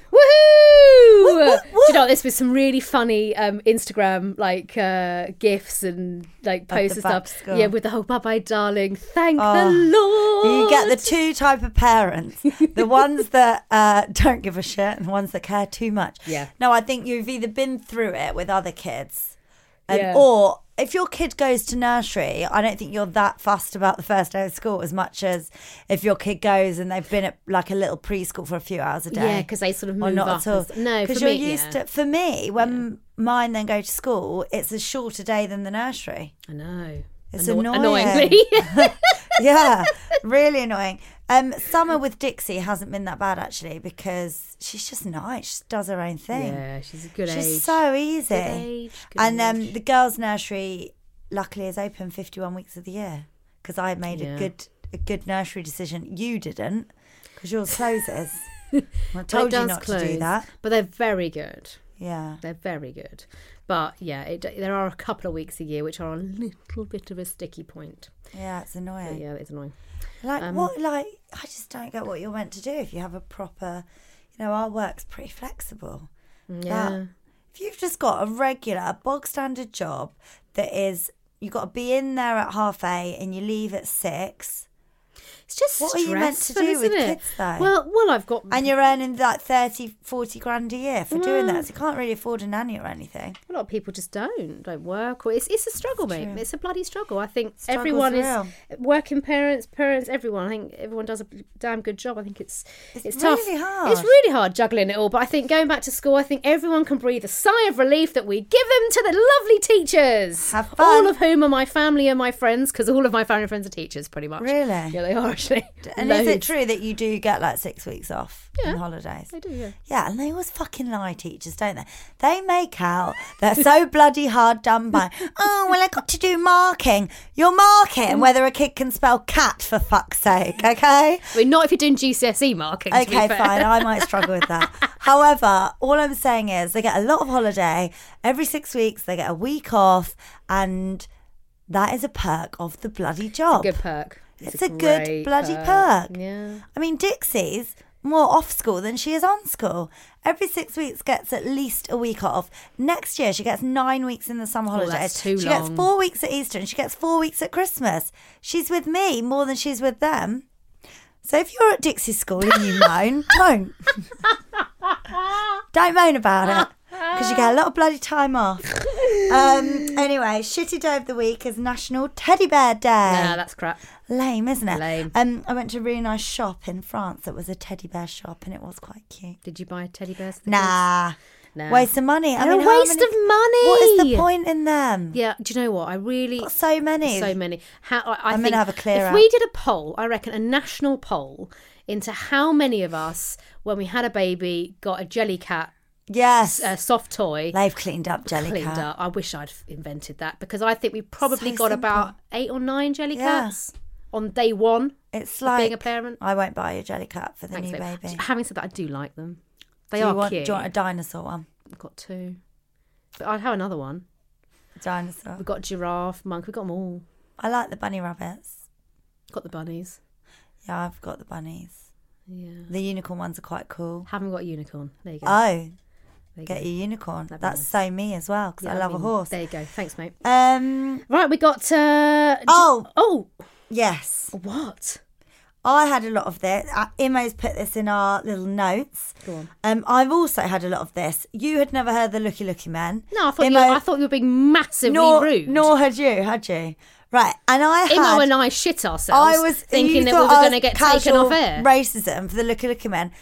Speaker 2: Woohoo!
Speaker 3: Woo, woo,
Speaker 2: Do you know
Speaker 3: woo.
Speaker 2: what? this was some really funny um, Instagram like uh, gifs and like
Speaker 3: the
Speaker 2: posts and
Speaker 3: back
Speaker 2: stuff.
Speaker 3: to school.
Speaker 2: Yeah, with the whole "Bye bye, darling." Thank
Speaker 3: Oh,
Speaker 2: the
Speaker 3: You
Speaker 2: Lord.
Speaker 3: get the two type of parents:
Speaker 2: [LAUGHS]
Speaker 3: the ones that uh, don't give a shit, and the ones that care too much.
Speaker 2: Yeah.
Speaker 3: No, I think you've either been through it with other kids, and
Speaker 2: Yeah.
Speaker 3: or if your kid goes to nursery, I don't think you're that fussed about the first day of school as much as if your kid goes and they've been at like a little preschool for a few hours a day.
Speaker 2: Yeah, 'cause they sort of
Speaker 3: Or
Speaker 2: move
Speaker 3: not
Speaker 2: up
Speaker 3: at all.
Speaker 2: and s- no, for
Speaker 3: you're
Speaker 2: me,
Speaker 3: used
Speaker 2: yeah.
Speaker 3: to. For me, when mine then go to school, it's a shorter day than the nursery.
Speaker 2: I know.
Speaker 3: It's
Speaker 2: Anno-
Speaker 3: annoying.
Speaker 2: Annoyingly.
Speaker 3: yeah, [LAUGHS] really annoying. Um, summer with Dixie hasn't been that bad actually because she's just nice. She does her own [LAUGHS] thing.
Speaker 2: yeah, she's a good
Speaker 3: she's
Speaker 2: age.
Speaker 3: so easy.
Speaker 2: age, good
Speaker 3: and um,
Speaker 2: age.
Speaker 3: the girls' nursery, luckily, is open fifty-one weeks of the year because I made
Speaker 2: Yeah.
Speaker 3: a good a good nursery decision. You didn't because yours
Speaker 2: [LAUGHS]
Speaker 3: closes. I
Speaker 2: But it
Speaker 3: told you
Speaker 2: does
Speaker 3: not to do
Speaker 2: close,
Speaker 3: that.
Speaker 2: But they're very good.
Speaker 3: Yeah.
Speaker 2: They're very good. But yeah, it, there are a couple of weeks a year which are a little bit of a sticky point.
Speaker 3: Yeah, it's
Speaker 2: But
Speaker 3: annoying.
Speaker 2: yeah, it's annoying.
Speaker 3: Like
Speaker 2: Um,
Speaker 3: what? Like I just don't get what you're meant to do if you have a proper. You know, our work's pretty flexible.
Speaker 2: Mm, Yeah.
Speaker 3: if you've just got a regular bog standard job that is, you've got to be in there at half eight and you leave at six.
Speaker 2: It's just
Speaker 3: What are
Speaker 2: stressful,
Speaker 3: you meant to do
Speaker 2: isn't
Speaker 3: with
Speaker 2: it?
Speaker 3: kids, though?
Speaker 2: Well, well, I've got
Speaker 3: And you're earning like 30, 40 grand a year for doing
Speaker 2: Mm.
Speaker 3: that. So you can't really afford a nanny or anything.
Speaker 2: a lot of people just don't don't work or it's it's a struggle mate it's a bloody struggle i think
Speaker 3: Struggle's
Speaker 2: everyone is
Speaker 3: real.
Speaker 2: working parents parents everyone i think everyone does a damn good job i think it's it's,
Speaker 3: really
Speaker 2: tough
Speaker 3: hard.
Speaker 2: it's really hard juggling it all but i think going back to school i think everyone can breathe a sigh of relief that we give them to the lovely teachers
Speaker 3: Have fun.
Speaker 2: all of whom are my family and my friends because all of my family and friends are teachers pretty much
Speaker 3: Really?
Speaker 2: yeah they are actually
Speaker 3: And is it
Speaker 2: Loads.
Speaker 3: true that you do get like six weeks off
Speaker 2: Yeah.
Speaker 3: on holidays?
Speaker 2: they do yeah
Speaker 3: Yeah, and they always fucking lie, teachers, don't they? They make out they're so [LAUGHS] bloody hard done by. Oh, well, I got to do marking. You're marking whether a kid can spell cat for fuck's sake, okay?
Speaker 2: I mean, not if you're doing GCSE E marking. to be
Speaker 3: Okay,
Speaker 2: fair.
Speaker 3: fine. I might struggle with that. However, all I'm saying is they get a lot of holiday. Every six weeks, they get a week off, and that is a perk of the bloody job.
Speaker 2: Good perk.
Speaker 3: It's a good
Speaker 2: great
Speaker 3: bloody perk.
Speaker 2: Yeah.
Speaker 3: I mean, Dixie's more off school than she is on school. Every six weeks gets at least a week off. Next year, she gets nine weeks in the summer
Speaker 2: Oh, that's
Speaker 3: holidays.
Speaker 2: too
Speaker 3: she gets
Speaker 2: long.
Speaker 3: four weeks at Easter and she gets four weeks at Christmas. She's with me more than she's with them. So if you're at Dixie's school
Speaker 2: [LAUGHS]
Speaker 3: and you moan, don't. [LAUGHS] don't moan about it because you get a lot of bloody
Speaker 2: [LAUGHS]
Speaker 3: time off. Um, anyway, shitty day of the week is National Teddy Bear Day.
Speaker 2: Nah, that's crap.
Speaker 3: Lame, isn't it?
Speaker 2: Lame.
Speaker 3: Um, I went to a really nice shop in France that was a teddy bear shop and it was quite cute.
Speaker 2: Did you buy teddy bears? for the
Speaker 3: Nah.
Speaker 2: Nah.
Speaker 3: Waste of money. I
Speaker 2: They're a
Speaker 3: mean, how
Speaker 2: waste
Speaker 3: many-
Speaker 2: of money.
Speaker 3: What is the point in them?
Speaker 2: kids? Yeah. Do you know what? I really
Speaker 3: Got so many.
Speaker 2: so many. How, I, I
Speaker 3: I'm gonna
Speaker 2: think
Speaker 3: have a clear
Speaker 2: If
Speaker 3: out.
Speaker 2: we did a poll, I reckon a national poll into how many of us, when we had a baby, got a jelly cat,
Speaker 3: Yes.
Speaker 2: a soft toy.
Speaker 3: They've cleaned up jelly
Speaker 2: uh, Cleaned
Speaker 3: cat.
Speaker 2: up. I wish I'd invented that because I think we probably
Speaker 3: So
Speaker 2: got
Speaker 3: simple.
Speaker 2: about eight or nine jelly
Speaker 3: Yeah.
Speaker 2: cats on day one.
Speaker 3: It's
Speaker 2: of
Speaker 3: like
Speaker 2: being a parent.
Speaker 3: I won't buy you a jelly cat for the
Speaker 2: Thanks,
Speaker 3: new
Speaker 2: babe.
Speaker 3: baby.
Speaker 2: Having said that, I do like them. They
Speaker 3: do,
Speaker 2: are
Speaker 3: you want,
Speaker 2: cute.
Speaker 3: do you want a dinosaur one?
Speaker 2: I've got two, but I'd have another one.
Speaker 3: A dinosaur.
Speaker 2: We've got giraffe, monk. We've got them all.
Speaker 3: I like the bunny rabbits.
Speaker 2: Got the bunnies.
Speaker 3: Yeah, I've got the bunnies.
Speaker 2: Yeah.
Speaker 3: The unicorn ones are quite cool.
Speaker 2: Haven't got a unicorn. There you go.
Speaker 3: Oh,
Speaker 2: there you
Speaker 3: get
Speaker 2: go.
Speaker 3: your unicorn.
Speaker 2: That'd be
Speaker 3: That's
Speaker 2: nice.
Speaker 3: so me as well because
Speaker 2: Yeah,
Speaker 3: I love
Speaker 2: mean,
Speaker 3: a horse.
Speaker 2: There you go. Thanks, mate.
Speaker 3: Um,
Speaker 2: Right, we got. Uh, j-
Speaker 3: Oh.
Speaker 2: oh,
Speaker 3: yes.
Speaker 2: what?
Speaker 3: I had a lot of this. Uh, Imo's put this in our little notes.
Speaker 2: Go on.
Speaker 3: Um, I've also had a lot of this. You had never heard the Looky Looky Men.
Speaker 2: No, I thought you. I thought you were being massively
Speaker 3: nor,
Speaker 2: rude.
Speaker 3: Nor had you, had you? Right, and I
Speaker 2: Imo
Speaker 3: had.
Speaker 2: and I shit ourselves.
Speaker 3: I was
Speaker 2: thinking
Speaker 3: you
Speaker 2: that we
Speaker 3: thought
Speaker 2: were
Speaker 3: I was
Speaker 2: going to get taken
Speaker 3: casual
Speaker 2: off air.
Speaker 3: Racism for the Looky Looky Men.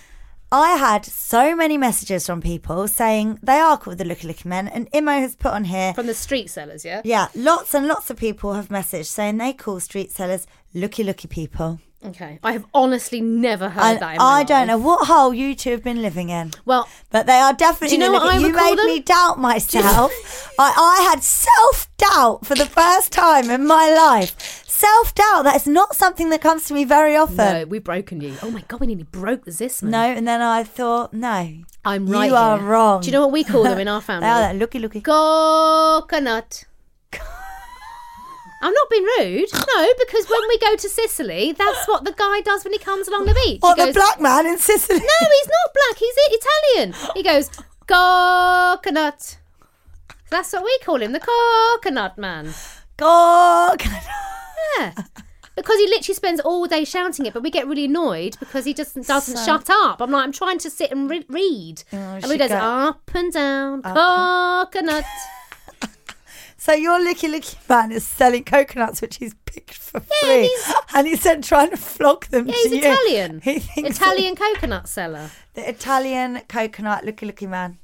Speaker 3: I had so many messages from people saying they are called the Looky Looky Men, and Imo has put on here.
Speaker 2: from the street sellers. Yeah.
Speaker 3: Yeah, lots and lots of people have messaged saying they call street sellers looky looky people.
Speaker 2: Okay. I have honestly never heard
Speaker 3: And
Speaker 2: that. In my
Speaker 3: I don't know
Speaker 2: life.
Speaker 3: what hole you two have been living in.
Speaker 2: Well,
Speaker 3: But they are definitely.
Speaker 2: Do you know
Speaker 3: gonna
Speaker 2: what
Speaker 3: be-
Speaker 2: I
Speaker 3: You
Speaker 2: would call
Speaker 3: made me
Speaker 2: them?
Speaker 3: doubt myself.
Speaker 2: [LAUGHS]
Speaker 3: I, I had self doubt for the first time in my life. Self doubt. That is not something that comes to me very
Speaker 2: no,
Speaker 3: often.
Speaker 2: we've broken you. Oh my god, we nearly broke the Zisman.
Speaker 3: No. and then I thought, no,
Speaker 2: I'm
Speaker 3: you
Speaker 2: right.
Speaker 3: are
Speaker 2: here.
Speaker 3: wrong.
Speaker 2: Do you know what we call them in
Speaker 3: [LAUGHS]
Speaker 2: our
Speaker 3: They
Speaker 2: family?
Speaker 3: are that looky looky. [LAUGHS]
Speaker 2: coconut. I'm not being rude, no, because when we go to Sicily, that's what the guy does when he comes along the beach.
Speaker 3: Or
Speaker 2: he
Speaker 3: the
Speaker 2: goes,
Speaker 3: black man in Sicily. [LAUGHS]
Speaker 2: No, he's not black. He's I- Italian. He goes coconut. That's what we call him, the coconut man.
Speaker 3: God.
Speaker 2: Yeah, because he literally spends all day shouting it, but we get really annoyed because he just doesn't
Speaker 3: So- Oh,
Speaker 2: shut up. I'm like, I'm trying to sit and re- read, and
Speaker 3: she
Speaker 2: he goes
Speaker 3: got-
Speaker 2: up and down, coconut.
Speaker 3: So your looky looky man is selling coconuts, which he's picked for free,
Speaker 2: he's-
Speaker 3: and he's then trying to flog them
Speaker 2: Yeah,
Speaker 3: to
Speaker 2: he's
Speaker 3: you.
Speaker 2: Italian.
Speaker 3: He thinks
Speaker 2: Italian coconut seller.
Speaker 3: The Italian coconut looky looky man.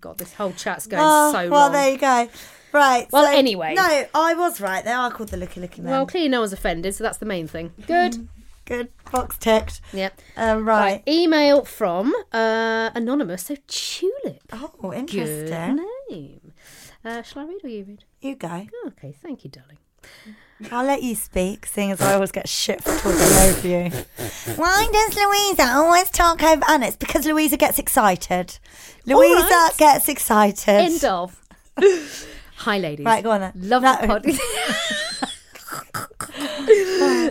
Speaker 2: God, this whole chat's going
Speaker 3: Oh,
Speaker 2: so wrong.
Speaker 3: well, there you go. Right.
Speaker 2: Well, anyway.
Speaker 3: No, I was right. They are called the Looky Looky Men.
Speaker 2: Well, clearly no one's offended, so that's the main thing. Good.
Speaker 3: Good. Box ticked.
Speaker 2: Yep.
Speaker 3: Uh, Mm. right.
Speaker 2: Email from uh, anonymous. So tulip.
Speaker 3: Oh,
Speaker 2: Good
Speaker 3: interesting.
Speaker 2: name. Uh, shall I read or you read?
Speaker 3: You go.
Speaker 2: Oh, okay, thank you, darling.
Speaker 3: I'll let you speak, seeing as I always get shit for talking over
Speaker 2: [LAUGHS]
Speaker 3: you. Why does Louisa always talk over Anna? It's because Louisa gets excited. Louisa
Speaker 2: right.
Speaker 3: gets excited.
Speaker 2: End
Speaker 3: [LAUGHS]
Speaker 2: of. Hi, ladies.
Speaker 3: Right, go on then.
Speaker 2: Love
Speaker 3: No.
Speaker 2: the [LAUGHS] podcast.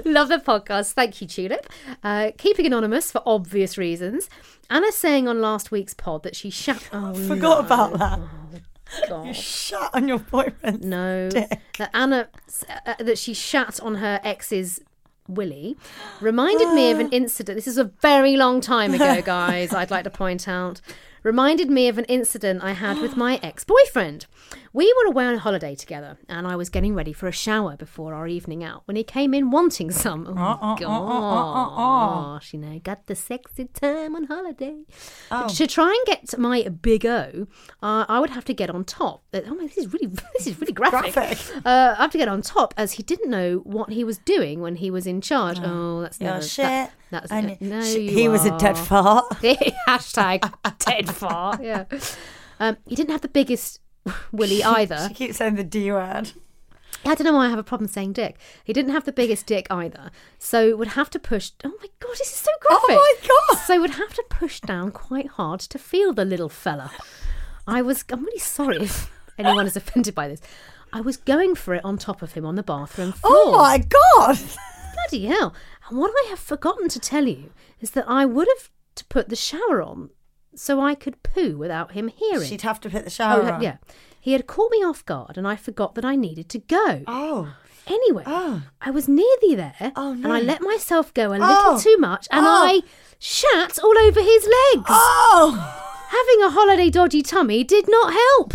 Speaker 2: Love the podcast. Thank you, Tulip. Uh, keeping anonymous for obvious reasons. Anna saying on last week's pod that she shat. Oh,
Speaker 3: [LAUGHS] Forgot about that.
Speaker 2: no, God.
Speaker 3: Shut on your boyfriend.
Speaker 2: uh, No, that Anna s- uh, that she shat on her ex's Willie, reminded me of an incident. This is a very long time ago, guys, I'd like to point out. Reminded me of an incident I had with my ex boyfriend. We were away on holiday together, and I was getting ready for a shower before our evening out when he came in wanting some. Oh, gosh, you know, got the sexy time on holiday. But
Speaker 3: Oh.
Speaker 2: To try and get my big O, uh, I would have to get on top. Uh, Oh my, this is really, [LAUGHS] this is really graphic. Uh, I have to get on top as he didn't know what he was doing when he was in charge. Oh, that's
Speaker 3: Your
Speaker 2: never,
Speaker 3: shit.
Speaker 2: that- that's
Speaker 3: And
Speaker 2: no,
Speaker 3: sh-
Speaker 2: you
Speaker 3: he was a
Speaker 2: are. [LAUGHS]
Speaker 3: dead fart.
Speaker 2: Hashtag
Speaker 3: [LAUGHS]
Speaker 2: dead fart. Yeah. Um, he didn't have the biggest [LAUGHS]
Speaker 3: [LAUGHS]
Speaker 2: willy either.
Speaker 3: She keeps saying the D word.
Speaker 2: I don't know why I have a problem saying dick. He didn't have the biggest dick either, so would have to push. Oh my god, this is so graphic.
Speaker 3: Oh my God.
Speaker 2: So would have to push down quite hard to feel the little fella. I was. I'm really sorry if anyone is offended by this. I was going for it on top of him on the bathroom floor.
Speaker 3: Oh my god!
Speaker 2: Bloody hell. And what I have forgotten to tell you is that I would have to put the shower on so I could poo without him hearing.
Speaker 3: She'd have to put
Speaker 2: Oh,
Speaker 3: the shower
Speaker 2: he-
Speaker 3: on.
Speaker 2: yeah. He had caught me off guard and I forgot that I needed to go.
Speaker 3: Oh.
Speaker 2: Anyway,
Speaker 3: Oh.
Speaker 2: I was nearly there
Speaker 3: Oh,
Speaker 2: and I
Speaker 3: no.
Speaker 2: let myself go a little
Speaker 3: Oh.
Speaker 2: too much and
Speaker 3: Oh.
Speaker 2: I shat all over his legs.
Speaker 3: Oh.
Speaker 2: Having a holiday dodgy tummy did not help.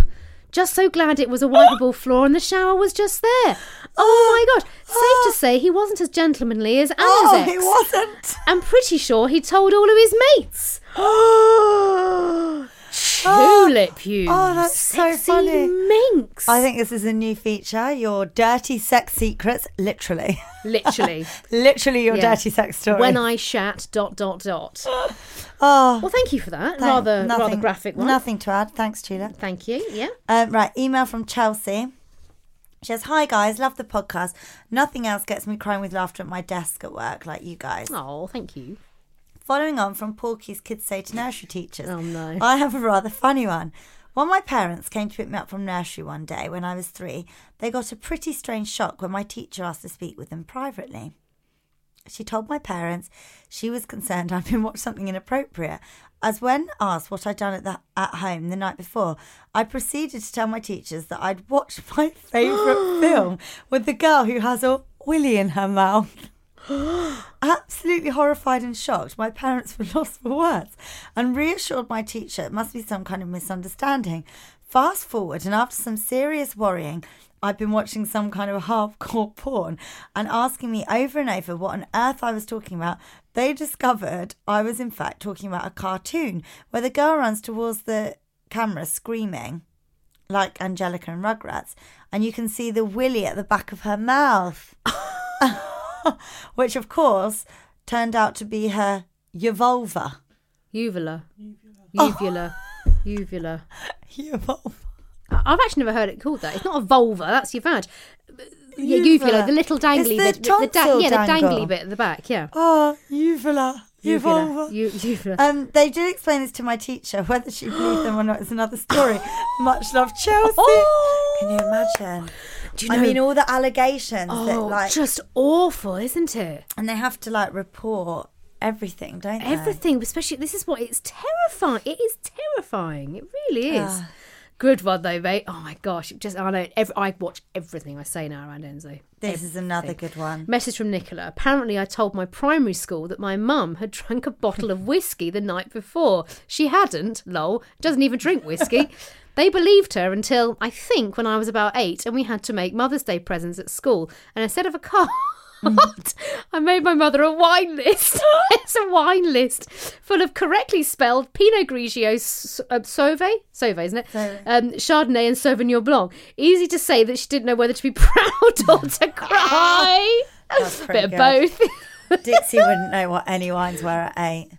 Speaker 2: Just so glad it was a
Speaker 3: [GASPS]
Speaker 2: wipeable floor and the shower was just there. Oh my god. Safe to say he wasn't as gentlemanly as Anna's
Speaker 3: Oh,
Speaker 2: ex.
Speaker 3: he wasn't.
Speaker 2: I'm pretty sure he told all of his mates.
Speaker 3: [GASPS] oh,
Speaker 2: Tulip, you
Speaker 3: oh, that's so
Speaker 2: sexy
Speaker 3: funny.
Speaker 2: minx.
Speaker 3: I think this is a new feature. Your dirty sex secrets, literally, [LAUGHS]
Speaker 2: literally
Speaker 3: literally your
Speaker 2: yeah.
Speaker 3: dirty sex story.
Speaker 2: When I shat, dot dot
Speaker 3: [LAUGHS]
Speaker 2: dot.
Speaker 3: oh,
Speaker 2: Well, thank you for that.
Speaker 3: thank-
Speaker 2: rather rather
Speaker 3: nothing-
Speaker 2: graphic one.
Speaker 3: Nothing to add. Thanks, Tula.
Speaker 2: Thank you. Yeah.
Speaker 3: Um, right, email from Chelsea. She says, Hi guys, love the podcast. Nothing else gets me crying with laughter at my desk at work like you guys.
Speaker 2: Oh, thank you.
Speaker 3: Following on from Porky's Kids Say to Nursery Teachers,
Speaker 2: Oh, no.
Speaker 3: I have a rather funny one. When my parents came to pick me up from nursery one day when I was three, they got a pretty strange shock when my teacher asked to speak with them privately. She told my parents she was concerned I'd been watching something inappropriate. As when asked what I'd done at, the, at home the night before, I proceeded to tell my teachers that I'd watched [LAUGHS]
Speaker 2: [GASPS]
Speaker 3: my favourite film with the girl who has a willy in her mouth. Absolutely horrified and shocked, my parents were [LAUGHS] lost for words and reassured my teacher it must be some kind of misunderstanding. Fast forward, and after some serious worrying, I'd been watching some kind of [LAUGHS] hardcore porn and asking me over and over what on earth I was talking about. They discovered I was, in fact, talking about a cartoon where the girl runs towards the camera screaming, like Angelica and Rugrats, and you can see the willy at the back of her mouth which of course turned out to be her Uvolva.
Speaker 2: Uvula.
Speaker 3: Oh.
Speaker 2: Uvula. Uvula.
Speaker 3: Uvolva.
Speaker 2: I- I've actually never heard it called that. It's not a vulva. That's your vag. Yeah, uvula, the little dangly
Speaker 3: It's
Speaker 2: bit,
Speaker 3: the
Speaker 2: the, the da-
Speaker 3: tonsil
Speaker 2: yeah, the
Speaker 3: dangle.
Speaker 2: dangly bit at the back. Yeah.
Speaker 3: Oh, Uvula.
Speaker 2: Uvula.
Speaker 3: Uvolva.
Speaker 2: U- uvula.
Speaker 3: Um, they did explain this to my teacher. Whether she believed them or not is
Speaker 2: [GASPS]
Speaker 3: another story. Much love, Chelsea. Can you imagine?
Speaker 2: Do Oh! you
Speaker 3: I
Speaker 2: know-
Speaker 3: mean, all the allegations that
Speaker 2: Oh,
Speaker 3: like,
Speaker 2: just awful, isn't it?
Speaker 3: and they have to like report everything, don't they?
Speaker 2: Everything, especially this is what it's terrifying. It is terrifying. It really is. Good one though, mate. Oh my gosh, it just I know. Every, I watch everything I say now around Enzo.
Speaker 3: This is another good
Speaker 2: [LAUGHS]
Speaker 3: one.
Speaker 2: Message from Nicola. Apparently, I told my primary school that my mum had drank a bottle of whiskey the night before. She hadn't, lol, doesn't even drink [LAUGHS] whiskey. they believed her until, I think, when I was about eight and we had to make Mother's Day presents at school. And instead of a [LAUGHS] card, I made my mother a wine list. [LAUGHS] it's a wine list full of correctly spelled Pinot Grigio, S- uh, Sauvé, Sauvé, isn't it? Um, Chardonnay and Sauvignon Blanc. Easy to say that she didn't know whether to be [LAUGHS] proud or to [LAUGHS] cry.
Speaker 3: That's
Speaker 2: Bit of
Speaker 3: pretty good. [LAUGHS]
Speaker 2: both.
Speaker 3: Dixie wouldn't know what any wines were at eight.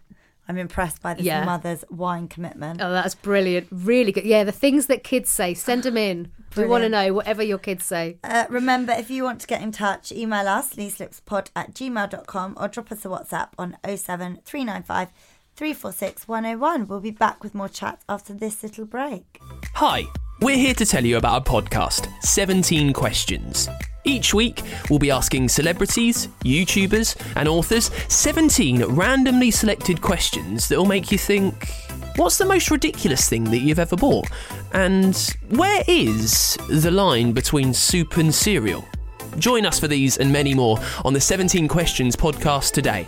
Speaker 3: I'm impressed by this
Speaker 2: Yeah.
Speaker 3: mother's wine commitment.
Speaker 2: oh, that's brilliant. Really good. Yeah, the things that kids say, send them in. We want to know whatever your kids say.
Speaker 3: Uh, remember, if you want to get in touch, email us, leeslipspod at gmail.com or drop us a WhatsApp on 07395 346 101. We'll be back with more chat after this little break.
Speaker 5: Hi, we're here to tell you about our podcast, 17 Questions. Each week, we'll be asking celebrities, YouTubers, and authors 17 randomly selected questions that will make you think what's the most ridiculous thing that you've ever bought? And where is the line between soup and cereal? Join us for these and many more on the 17 Questions podcast today.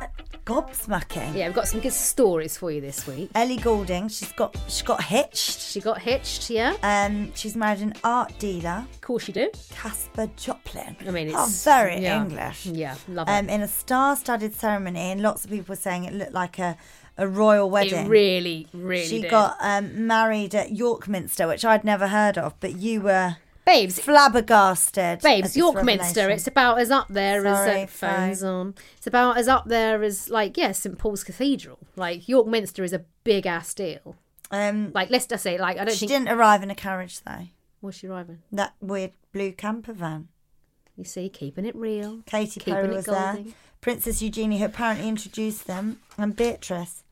Speaker 3: uh, gobsmacking.
Speaker 2: Yeah, we've got some good stories for you this week.
Speaker 3: Ellie Goulding, she's got she got hitched.
Speaker 2: She got hitched, yeah?
Speaker 3: Um, she's married an art dealer,
Speaker 2: Of course you do.
Speaker 3: Caspar Joplin.
Speaker 2: I mean,
Speaker 3: oh,
Speaker 2: it's-
Speaker 3: very
Speaker 2: yeah.
Speaker 3: English.
Speaker 2: Yeah, love it.
Speaker 3: Um, in a star-studded ceremony, and lots of people were saying it looked like a a royal wedding.
Speaker 2: It really, really
Speaker 3: she
Speaker 2: did.
Speaker 3: got um, married at York Minster, which I'd never heard of, but you were
Speaker 2: babes,
Speaker 3: flabbergasted. at
Speaker 2: babes,
Speaker 3: this
Speaker 2: York Minster.
Speaker 3: revelation.
Speaker 2: It's about as up there
Speaker 3: Sorry,
Speaker 2: as uh, phones on. It's about as up there as like yeah, St Paul's Cathedral. Like York Minster is a big ass deal.
Speaker 3: um,
Speaker 2: Like let's just say like I don't
Speaker 3: she
Speaker 2: think
Speaker 3: didn't arrive in a carriage though.
Speaker 2: what's she arriving?
Speaker 3: That weird blue camper van.
Speaker 2: You see, keeping it real.
Speaker 3: Katy
Speaker 2: keeping
Speaker 3: Perry
Speaker 2: it
Speaker 3: was
Speaker 2: golden.
Speaker 3: there. Princess Eugenie, who apparently introduced them, and Beatrice.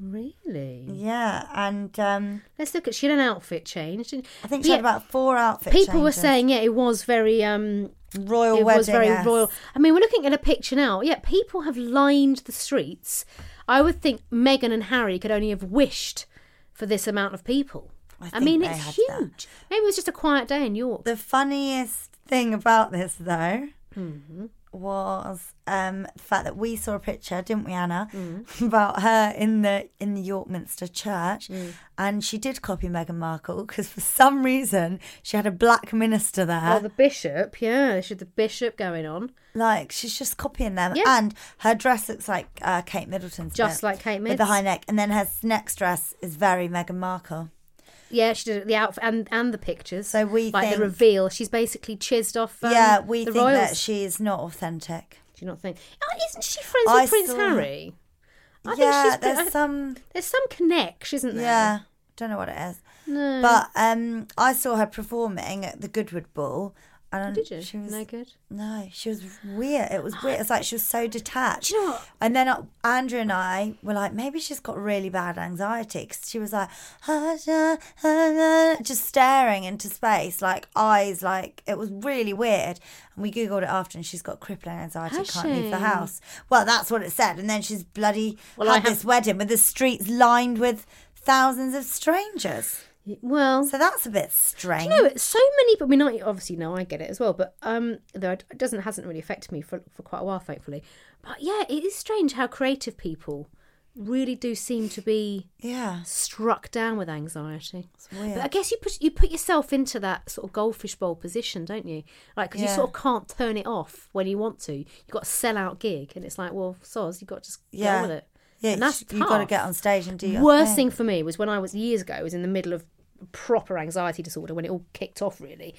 Speaker 2: Really?
Speaker 3: Yeah, and um,
Speaker 2: Let's look at she had an outfit change. didn't-
Speaker 3: I think
Speaker 2: but
Speaker 3: she had
Speaker 2: yeah,
Speaker 3: about four outfits.
Speaker 2: people were saying yeah, it was very um
Speaker 3: royal
Speaker 2: it
Speaker 3: wedding.
Speaker 2: was very
Speaker 3: yes.
Speaker 2: royal. I mean, we're looking at a picture now. Yeah, people have lined the streets. I would think Meghan and Harry could only have wished for this amount of people.
Speaker 3: I
Speaker 2: I,
Speaker 3: think
Speaker 2: mean,
Speaker 3: they
Speaker 2: it's
Speaker 3: had that.
Speaker 2: huge. Maybe it was just a quiet day in York.
Speaker 3: The funniest thing about this, though,
Speaker 2: Mm-hmm.
Speaker 3: was um, the fact that we saw a picture, didn't we, Anna,
Speaker 2: Mm.
Speaker 3: [LAUGHS] about her in the in the York Minster Church,
Speaker 2: Mm.
Speaker 3: and she did copy Meghan Markle because for some reason she had a black minister there.
Speaker 2: oh, the bishop. Yeah, should the bishop going on?
Speaker 3: Like she's just copying them,
Speaker 2: Yeah.
Speaker 3: and her dress looks like uh, Kate Middleton's,
Speaker 2: Just
Speaker 3: bit,
Speaker 2: like Kate
Speaker 3: with the
Speaker 2: Mids.
Speaker 3: high neck, and then her s- next dress is very Meghan Markle.
Speaker 2: Yeah, she did it, the outfit and and the pictures.
Speaker 3: So we
Speaker 2: like
Speaker 3: think-
Speaker 2: the reveal. She's basically chizzed off. Um,
Speaker 3: yeah, we
Speaker 2: the
Speaker 3: think
Speaker 2: royals.
Speaker 3: that she is not authentic.
Speaker 2: Do you not think? Oh, isn't she friends
Speaker 3: I
Speaker 2: with Prince
Speaker 3: saw-
Speaker 2: Harry? I think
Speaker 3: yeah,
Speaker 2: she's-
Speaker 3: there's
Speaker 2: I-
Speaker 3: some.
Speaker 2: There's some connect, isn't there?
Speaker 3: Yeah, don't know what it is.
Speaker 2: No.
Speaker 3: But um, I saw her performing at the Goodwood Ball. And
Speaker 2: Oh, did you?
Speaker 3: um, She was,
Speaker 2: No good.
Speaker 3: No, she was weird. It was weird. It's like she was so detached.
Speaker 2: Do you know what?
Speaker 3: And then uh, Andrew and I were like, maybe she's got really bad anxiety because she was like, [LAUGHS] just staring into space, like eyes, like it was really weird. And we googled it after, and she's got crippling anxiety,
Speaker 2: Has
Speaker 3: can't leave the
Speaker 2: she?
Speaker 3: house. Well, that's what it said. And then she's bloody
Speaker 2: Well, I
Speaker 3: had
Speaker 2: have-
Speaker 3: this wedding with the streets lined with thousands of strangers.
Speaker 2: Well,
Speaker 3: So that's a bit strange.
Speaker 2: Do you know, it's so many. But I mean, I obviously know I get it as well. But um, though it doesn't hasn't really affected me for for quite a while, thankfully. But yeah, it is strange how creative people really do seem to be
Speaker 3: yeah.
Speaker 2: struck down with anxiety.
Speaker 3: weird.
Speaker 2: But I guess you put you put yourself into that sort of goldfish bowl position, don't you? Like because
Speaker 3: Yeah.
Speaker 2: you sort of can't turn it off when you want to. You've got a sell out gig, and it's like, well, soz, you've got to just
Speaker 3: Yeah.
Speaker 2: go with it.
Speaker 3: Yeah,
Speaker 2: and that's
Speaker 3: you've got to
Speaker 2: tough.
Speaker 3: get on stage and do your
Speaker 2: worst
Speaker 3: thing.
Speaker 2: thing for me was when I was years ago, I was in the middle of proper anxiety disorder when it all kicked off really.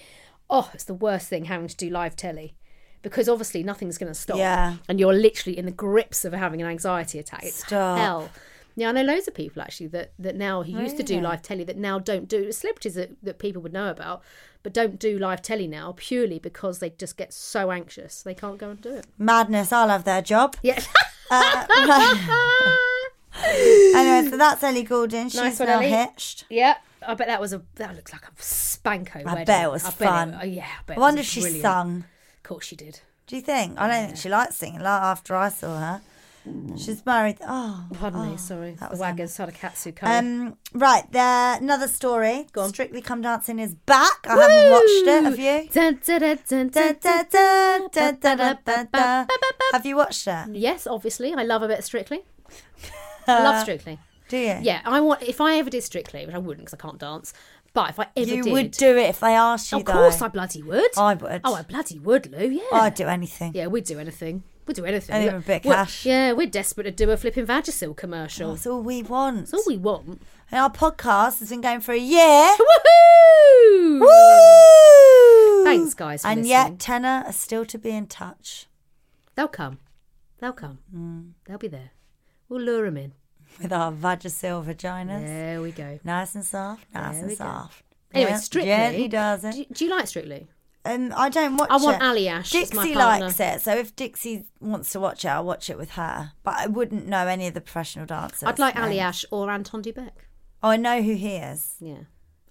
Speaker 2: Oh, it's the worst thing having to do live telly. Because obviously nothing's gonna stop.
Speaker 3: Yeah.
Speaker 2: And you're literally in the grips of having an anxiety attack. It's
Speaker 3: Stop.
Speaker 2: hell. Yeah, I know loads of people actually that, that now who used to do live telly that now don't do celebrities that, that people would know about, but don't do live telly now purely because they just get so anxious they can't go and do it.
Speaker 3: Madness, I'll have their job.
Speaker 2: Yeah. [LAUGHS]
Speaker 3: Uh, [LAUGHS] right. anyway, so that's Ellie Goulding. She's
Speaker 2: Nice one,
Speaker 3: now
Speaker 2: Ellie.
Speaker 3: hitched.
Speaker 2: Yeah, I bet that was a that looked like a spanko wedding.
Speaker 3: I bet it was
Speaker 2: I bet
Speaker 3: fun.
Speaker 2: oh, yeah, I bet.
Speaker 3: I
Speaker 2: it
Speaker 3: wonder
Speaker 2: was
Speaker 3: if she
Speaker 2: brilliant.
Speaker 3: sung.
Speaker 2: Of course she did.
Speaker 3: Do you think? I don't think she likes singing. Like after I saw her,
Speaker 2: Mm.
Speaker 3: she's married. Oh,
Speaker 2: Pardon
Speaker 3: oh,
Speaker 2: me, sorry.
Speaker 3: that
Speaker 2: The
Speaker 3: was
Speaker 2: wagon Sarikatsu um,
Speaker 3: Um, right, there. Another story.
Speaker 2: Go on.
Speaker 3: Strictly Come Dancing is back. I haven't watched it. Have you?
Speaker 2: Dun, dun, dun, dun,
Speaker 3: Da,
Speaker 2: dun, dun.
Speaker 3: da, da, da, da, da, da, da. [LAUGHS] Have you watched it?
Speaker 2: Yes, obviously. I love a bit of Strictly. I
Speaker 3: Uh,
Speaker 2: love Strictly.
Speaker 3: [LAUGHS] Do you?
Speaker 2: Yeah, I want. If I ever did Strictly, which I wouldn't because I can't dance, but if I ever
Speaker 3: You
Speaker 2: did,
Speaker 3: would do it if they asked you.
Speaker 2: Of course,
Speaker 3: though.
Speaker 2: I bloody would.
Speaker 3: I would.
Speaker 2: Oh, I bloody would, Lou. Yeah.
Speaker 3: I'd do anything.
Speaker 2: Yeah, we'd do anything. We'd do anything.
Speaker 3: And even a bit of
Speaker 2: We're-
Speaker 3: cash.
Speaker 2: Yeah, we're desperate to do a flipping Vagisil commercial.
Speaker 3: That's all we want.
Speaker 2: That's all we want.
Speaker 3: And our podcast has been going for a year.
Speaker 2: Woohoo!
Speaker 3: Woo!
Speaker 2: Thanks, guys, for
Speaker 3: and
Speaker 2: listening.
Speaker 3: yet, Tenor are still to be in touch
Speaker 2: They'll come. They'll come.
Speaker 3: Mm.
Speaker 2: They'll be there. We'll lure them in.
Speaker 3: with our Vagisil vaginas.
Speaker 2: There we go.
Speaker 3: Nice and soft, nice
Speaker 2: There
Speaker 3: and
Speaker 2: we go.
Speaker 3: soft.
Speaker 2: Anyway,
Speaker 3: Yeah,
Speaker 2: Strictly.
Speaker 3: Gently does
Speaker 2: Do,
Speaker 3: it.
Speaker 2: do you like Strictly?
Speaker 3: Um, I don't watch
Speaker 2: I want
Speaker 3: it.
Speaker 2: Ali Ash as
Speaker 3: Dixie
Speaker 2: my partner.
Speaker 3: likes it, so if Dixie wants to watch it, I'll watch it with her. But I wouldn't know any of the professional dancers.
Speaker 2: I'd like Ali
Speaker 3: names.
Speaker 2: Ash or Anton Dubek.
Speaker 3: Oh, I know who he is.
Speaker 2: Yeah.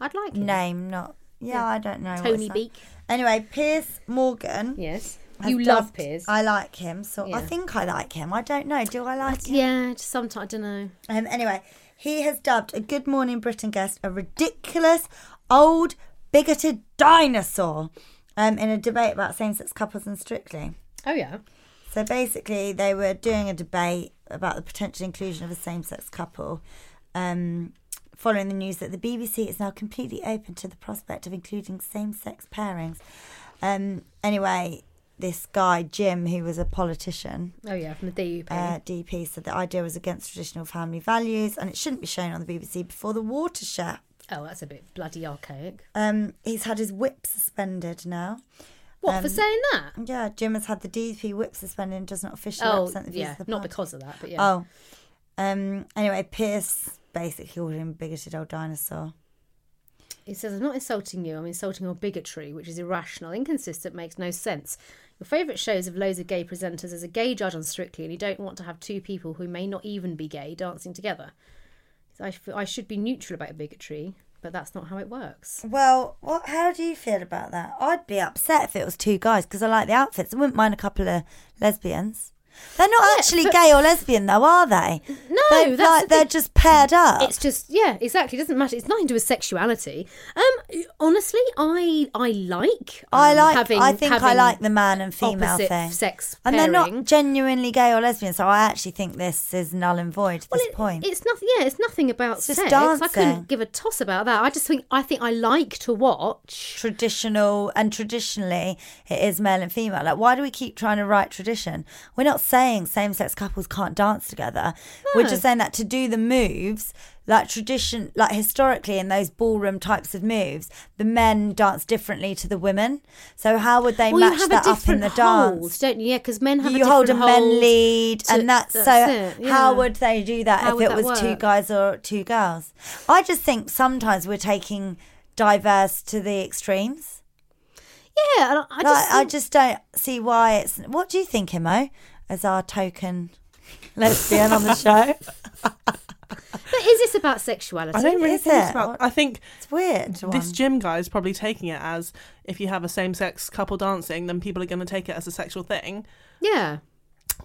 Speaker 2: I'd like him.
Speaker 3: Name, not. Yeah,
Speaker 2: Yeah.
Speaker 3: I don't know. what's
Speaker 2: Tony
Speaker 3: that.
Speaker 2: Beak.
Speaker 3: Anyway, Pierce Morgan.
Speaker 2: Yes.
Speaker 3: has
Speaker 2: You love
Speaker 3: dubbed-
Speaker 2: Piers.
Speaker 3: I like him, so I
Speaker 2: Yeah.
Speaker 3: think I like him. I don't know. Do I like him?
Speaker 2: yeah, just sometimes, I don't know.
Speaker 3: Um, anyway, he has dubbed a Good Morning Britain guest a ridiculous, old, bigoted dinosaur um, in a debate about same sex couples and strictly.
Speaker 2: Oh, yeah.
Speaker 3: So basically, they were doing a debate about the potential inclusion of a same sex couple. Um, following the news that the BBC is now completely open to the prospect of including same sex pairings. Um, anyway, this guy, Jim, who was a politician,
Speaker 2: Oh, yeah, from the DUP.
Speaker 3: uh, DP said the idea was against traditional family values and it shouldn't be shown on the BBC before the watershed.
Speaker 2: oh, that's a bit bloody archaic.
Speaker 3: Um, he's had his whip suspended now.
Speaker 2: What,
Speaker 3: um,
Speaker 2: for saying that?
Speaker 3: Yeah, Jim has had the DP whip suspended and does not officially
Speaker 2: Oh,
Speaker 3: represent the views
Speaker 2: yeah,
Speaker 3: of the
Speaker 2: not
Speaker 3: party.
Speaker 2: because of that, but yeah.
Speaker 3: Oh, um. Anyway, Pierce basically called him a bigoted old dinosaur.
Speaker 2: He says, I'm not insulting you, I'm insulting your bigotry, which is irrational, inconsistent, makes no sense. Your favourite shows have loads of gay presenters as a gay judge on Strictly, and you don't want to have two people who may not even be gay dancing together. So I, f- I should be neutral about bigotry, but that's not how it works.
Speaker 3: Well, what? How do you feel about that? I'd be upset if it was two guys because I like the outfits. I wouldn't mind a couple of lesbians. They're not actually
Speaker 2: but-
Speaker 3: gay or lesbian though, are they?
Speaker 2: No,
Speaker 3: they're,
Speaker 2: that's
Speaker 3: like
Speaker 2: the
Speaker 3: they're
Speaker 2: thing.
Speaker 3: just paired up.
Speaker 2: It's just yeah, exactly. It doesn't matter. It's nothing to do with sexuality. Um, honestly, I I like um,
Speaker 3: I like.
Speaker 2: having.
Speaker 3: I think I
Speaker 2: having
Speaker 3: like the man and female
Speaker 2: opposite
Speaker 3: thing.
Speaker 2: sex
Speaker 3: and they're
Speaker 2: pairing.
Speaker 3: not genuinely gay or lesbian, so I actually think this is null and void. at
Speaker 2: Well,
Speaker 3: This
Speaker 2: it-
Speaker 3: point.
Speaker 2: It's nothing. Yeah, it's nothing about
Speaker 3: It's just
Speaker 2: sex. I
Speaker 3: dancing.
Speaker 2: couldn't give a toss about that. I just think I think I like to watch.
Speaker 3: traditional and traditionally it is male and female like why do we keep trying to write tradition we're not saying same-sex couples can't dance together we're
Speaker 2: No.
Speaker 3: just saying that to do the moves like tradition like historically in those ballroom types of moves the men dance differently to the women so how would they
Speaker 2: well,
Speaker 3: match
Speaker 2: you have
Speaker 3: that
Speaker 2: a
Speaker 3: up in
Speaker 2: different
Speaker 3: the
Speaker 2: hold,
Speaker 3: dance
Speaker 2: don't you? Yeah, because men have a
Speaker 3: you hold a
Speaker 2: different
Speaker 3: men
Speaker 2: hold
Speaker 3: lead,
Speaker 2: to-
Speaker 3: and that's, so.
Speaker 2: it, yeah.
Speaker 3: How would they do that
Speaker 2: How
Speaker 3: if
Speaker 2: would
Speaker 3: it
Speaker 2: that
Speaker 3: was two
Speaker 2: work?
Speaker 3: guys or two girls? I just think sometimes we're taking diverse to the extremes.
Speaker 2: Yeah, and I, I
Speaker 3: I
Speaker 2: just.
Speaker 3: just, I
Speaker 2: think-
Speaker 3: just don't see why it's. What do you think, Imo, as our token [LAUGHS] lesbian on the
Speaker 4: [LAUGHS]
Speaker 3: show?
Speaker 2: But is this about sexuality?
Speaker 4: I don't really
Speaker 3: Is
Speaker 4: think
Speaker 3: it?
Speaker 4: it's about. I think
Speaker 3: It's weird.
Speaker 4: this
Speaker 3: one.
Speaker 4: gym guy is probably taking it as if you have a same-sex couple dancing, then people are going to take it as a sexual thing.
Speaker 2: Yeah.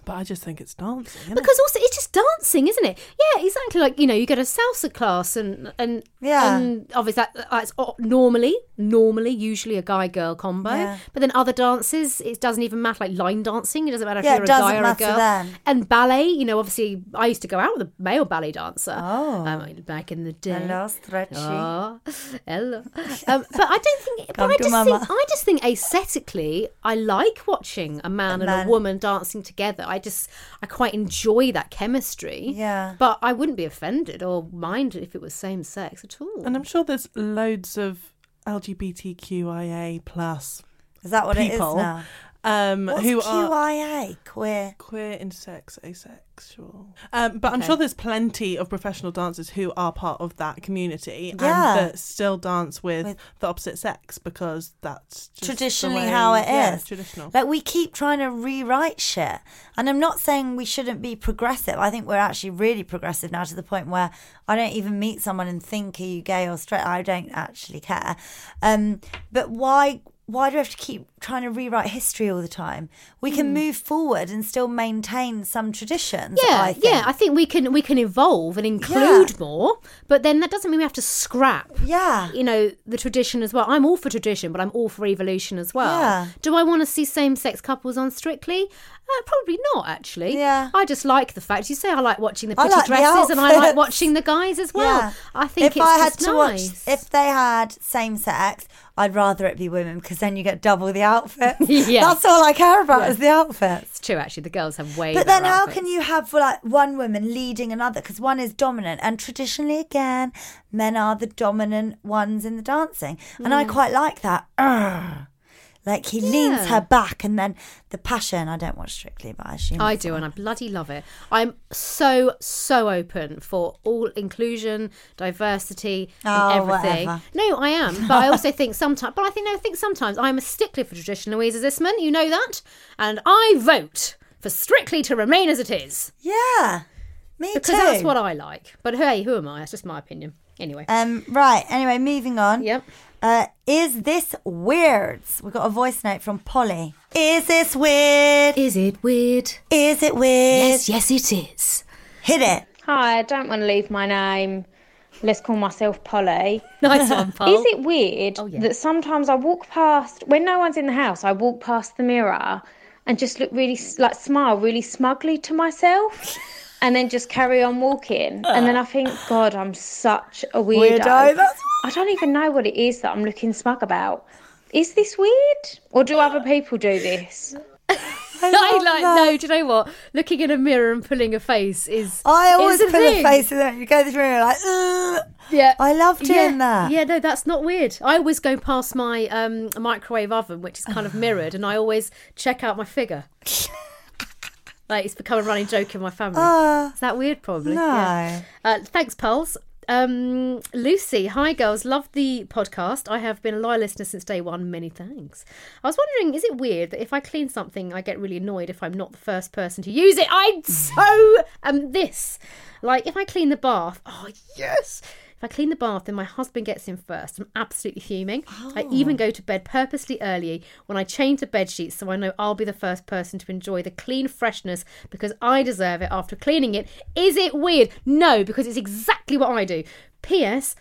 Speaker 4: But I just think it's dancing. Isn't
Speaker 2: Because also it's just dancing, isn't it? Yeah, exactly. Like you know, you go to salsa class, and and
Speaker 3: Yeah.
Speaker 2: and obviously that, that's o- normally normally usually a guy girl combo.
Speaker 3: Yeah.
Speaker 2: But then other dances, it doesn't even matter. Like line dancing, it doesn't matter if
Speaker 3: Yeah, it
Speaker 2: you're a
Speaker 3: doesn't
Speaker 2: guy or a
Speaker 3: matter
Speaker 2: girl.
Speaker 3: then.
Speaker 2: And ballet, you know, obviously I used to go out with a male ballet dancer.
Speaker 3: Oh.
Speaker 2: um, back in the day.
Speaker 3: Hello, stretchy.
Speaker 4: Uh,
Speaker 2: Oh,
Speaker 3: [LAUGHS]
Speaker 2: hello. Um, but I don't think. But
Speaker 3: Come
Speaker 2: I
Speaker 3: to
Speaker 2: just
Speaker 3: mama.
Speaker 2: think. I just think aesthetically, I like watching a man and
Speaker 3: man.
Speaker 2: a woman dancing together. I just, I quite enjoy that chemistry.
Speaker 3: Yeah.
Speaker 2: But I wouldn't be offended or mind if it was same sex at all.
Speaker 4: And I'm sure there's loads of LGBTQIA plus
Speaker 3: Is that what it is
Speaker 4: people
Speaker 3: now?
Speaker 4: um,
Speaker 3: What's
Speaker 4: who are
Speaker 3: QIA? Queer.
Speaker 4: queer, intersex, asexual. Um, but I'm sure there's plenty of professional dancers who are part of that community
Speaker 3: Yeah.
Speaker 4: and that still dance with,
Speaker 3: With-
Speaker 4: the opposite sex because that's just the
Speaker 3: Traditionally,
Speaker 4: way-
Speaker 3: how it is.
Speaker 4: yeah, it's traditional.
Speaker 3: Like we keep trying to rewrite shit, and I'm not saying we shouldn't be progressive. I think we're actually really progressive now to the point where I don't even meet someone and think, "Are you gay or straight?" I don't actually care. Um, but why? Why do we have to keep trying to rewrite history all the time. We
Speaker 4: Hmm.
Speaker 3: can move forward and still maintain some traditions.
Speaker 2: Yeah,
Speaker 3: I think.
Speaker 2: yeah. I think we can we can evolve and include
Speaker 3: Yeah.
Speaker 2: more, but then that doesn't mean we have to scrap.
Speaker 3: Yeah.
Speaker 2: you know the tradition as well. I'm all for tradition, but I'm all for evolution as well.
Speaker 3: Yeah.
Speaker 2: Do I want to see same-sex couples on Strictly? Uh, probably not, actually.
Speaker 3: Yeah.
Speaker 2: I just like the fact you say I like watching the
Speaker 3: I
Speaker 2: pretty
Speaker 3: like the
Speaker 2: dresses, and I like
Speaker 3: outfits.
Speaker 2: watching the guys as well.
Speaker 3: Yeah.
Speaker 2: I think
Speaker 3: if
Speaker 2: it's
Speaker 3: I had
Speaker 2: just
Speaker 3: to
Speaker 2: nice.
Speaker 3: watch, if they had same sex, I'd rather it be women because then you get double the outfit.
Speaker 2: [LAUGHS] Yeah.
Speaker 3: that's all I care about is the outfits.
Speaker 2: it's true, actually, the girls have way.
Speaker 3: But then,
Speaker 2: better
Speaker 3: how
Speaker 2: outfits.
Speaker 3: can you have like one woman leading another? Because one is dominant, and traditionally, again, men are the dominant ones in the dancing, and I quite like that. [CLEARS THROAT] Ugh. Like he leans
Speaker 2: Mm. Yeah.
Speaker 3: her back, and then the passion. I don't watch Strictly, but I assume
Speaker 2: I
Speaker 3: it's
Speaker 2: do,
Speaker 3: on.
Speaker 2: and I bloody love it. I'm so so open for all inclusion, diversity, and
Speaker 3: Oh,
Speaker 2: everything.
Speaker 3: whatever.
Speaker 2: No, I am, but I
Speaker 3: [LAUGHS]
Speaker 2: also think sometimes. But I think no, I think sometimes I'm a stickler for tradition, Louisa Zisman. You know that, and I vote for strictly to remain as it is
Speaker 3: Yeah, me
Speaker 2: because
Speaker 3: too.
Speaker 2: that's what I like. But hey, who am I? That's just my opinion. Anyway,
Speaker 3: Um, right. Anyway, moving on.
Speaker 2: Yep.
Speaker 3: Uh, is this weird? We got a voice note from Polly. Is this weird?
Speaker 2: is it weird?
Speaker 3: Is it weird? Yes, yes, it is. Hit it.
Speaker 6: Hi, I don't want to leave my name. Let's call myself Polly.
Speaker 2: [LAUGHS] Nice one, Paul.
Speaker 6: Is it weird that sometimes I walk past, when no one's in the house, I walk past the mirror and just look really, s- like, smile really smugly to myself and then just carry on walking? And then I think, God, I'm such a weirdo.
Speaker 3: Weirdo, that's-
Speaker 6: I don't even know what it is that I'm looking smug about. Is this weird? Or do other people do this?
Speaker 3: I,
Speaker 2: [LAUGHS] I
Speaker 3: love
Speaker 2: like
Speaker 3: that.
Speaker 2: no. Do you know what? Looking in a mirror and pulling a face is.
Speaker 3: I
Speaker 2: is
Speaker 3: always
Speaker 2: the
Speaker 3: put
Speaker 2: thing.
Speaker 3: a face in it. You go to the mirror like, Ugh.
Speaker 2: Yeah,
Speaker 3: I love doing
Speaker 2: yeah.
Speaker 3: that.
Speaker 2: Yeah, no, that's not weird. I always go past my um, microwave oven, which is kind of mirrored, and I always check out my
Speaker 3: [LAUGHS]
Speaker 2: figure. like it's become a running joke in my family.
Speaker 3: Ah,
Speaker 2: is that weird? Probably.
Speaker 3: no.
Speaker 2: Yeah. Uh, thanks, Pulse. Um, Lucy, hi girls, love the podcast. I have been a loyal listener since day one. Many thanks. I was wondering, is it weird that if I clean something, I get really annoyed if I'm not the first person to use it? I'm so um this. Like if I clean the bath, oh yes. If I clean the bath, then my husband gets in first. I'm absolutely fuming. I
Speaker 3: Oh.
Speaker 2: even go to bed purposely early when I change the bed sheets so I know I'll be the first person to enjoy the clean freshness because I deserve it after cleaning it. Is it weird? No, because it's exactly what I do. P.S.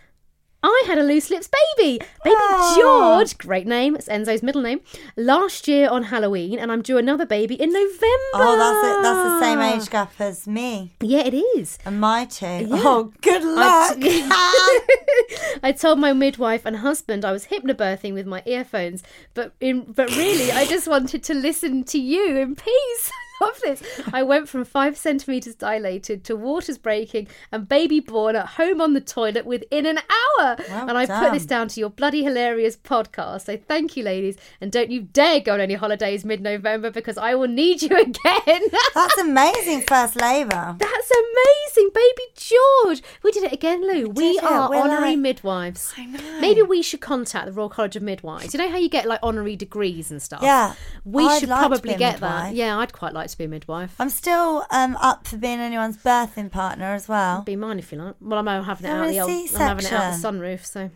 Speaker 2: I had a loose lips baby. Baby
Speaker 3: Ah.
Speaker 2: George, great name, it's Enzo's middle name, last year on Halloween, and I'm due another baby in November.
Speaker 3: Oh, that's it. That's the same
Speaker 2: Ah.
Speaker 3: age gap as me
Speaker 2: Yeah, it is.
Speaker 3: and my two. Oh, good
Speaker 2: I
Speaker 3: luck.
Speaker 2: t- [LAUGHS] I told my midwife and husband I was hypnobirthing with my earphones, but in, but really, I just wanted to listen to you in peace. [LAUGHS] Love this. I went from five centimeters dilated to waters breaking and baby born at home on the toilet within an hour.
Speaker 3: Well
Speaker 2: and I put this
Speaker 3: done.
Speaker 2: down to your bloody hilarious podcast. So thank you, ladies, and don't you dare go on any holidays mid-November because I will need you [LAUGHS] again.
Speaker 3: [LAUGHS] that's amazing first labour.
Speaker 2: That's amazing, baby George. We did it again, Lou. We
Speaker 3: did it.
Speaker 2: are
Speaker 3: We're
Speaker 2: honorary
Speaker 3: like-
Speaker 2: midwives. I know. Maybe we should contact the Royal College of Midwives. You know how you get like honorary degrees and stuff.
Speaker 3: Yeah.
Speaker 2: we
Speaker 3: I'd
Speaker 2: should
Speaker 3: like to
Speaker 2: probably
Speaker 3: be a
Speaker 2: get that.
Speaker 3: midwife.
Speaker 2: Yeah, I'd quite like to be a midwife.
Speaker 3: I'm still um, up for being anyone's birthing partner as well.
Speaker 2: Be mine if you like. Well, I'm having it
Speaker 3: Have
Speaker 2: out
Speaker 3: a
Speaker 2: the old, I'm having it out the
Speaker 3: C-section.
Speaker 2: sunroof. So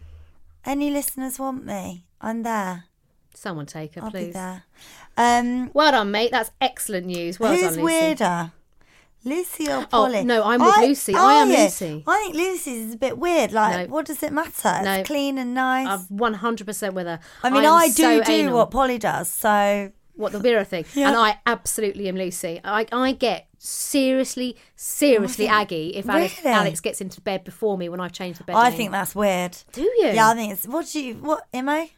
Speaker 3: Any listeners want me? I'm there.
Speaker 2: someone take her,
Speaker 3: I'll
Speaker 2: please.
Speaker 3: be there. Um,
Speaker 2: Well done, mate. That's excellent news. Well
Speaker 3: Who's
Speaker 2: done, Lucy. Oh,
Speaker 3: weirder? Lucy or Polly?
Speaker 2: no, I'm with Lucy. I
Speaker 3: are
Speaker 2: am
Speaker 3: you?
Speaker 2: Lucy.
Speaker 3: I think Lucy's is a bit weird. Like,
Speaker 2: No.
Speaker 3: what does it matter?
Speaker 2: No.
Speaker 3: It's clean and nice.
Speaker 2: I'm 100% with her.
Speaker 3: I mean,
Speaker 2: am
Speaker 3: I do
Speaker 2: so
Speaker 3: do
Speaker 2: anal.
Speaker 3: what Polly does. So,
Speaker 2: what the mirror thing.
Speaker 3: [LAUGHS] Yeah.
Speaker 2: And I absolutely am Lucy. I, I get seriously, seriously aggy if Alex,
Speaker 3: Really?
Speaker 2: Alex gets into bed before me when I've changed the bed.
Speaker 3: I think that's weird.
Speaker 2: Do you?
Speaker 3: Yeah, I think it's. What do you? What am I?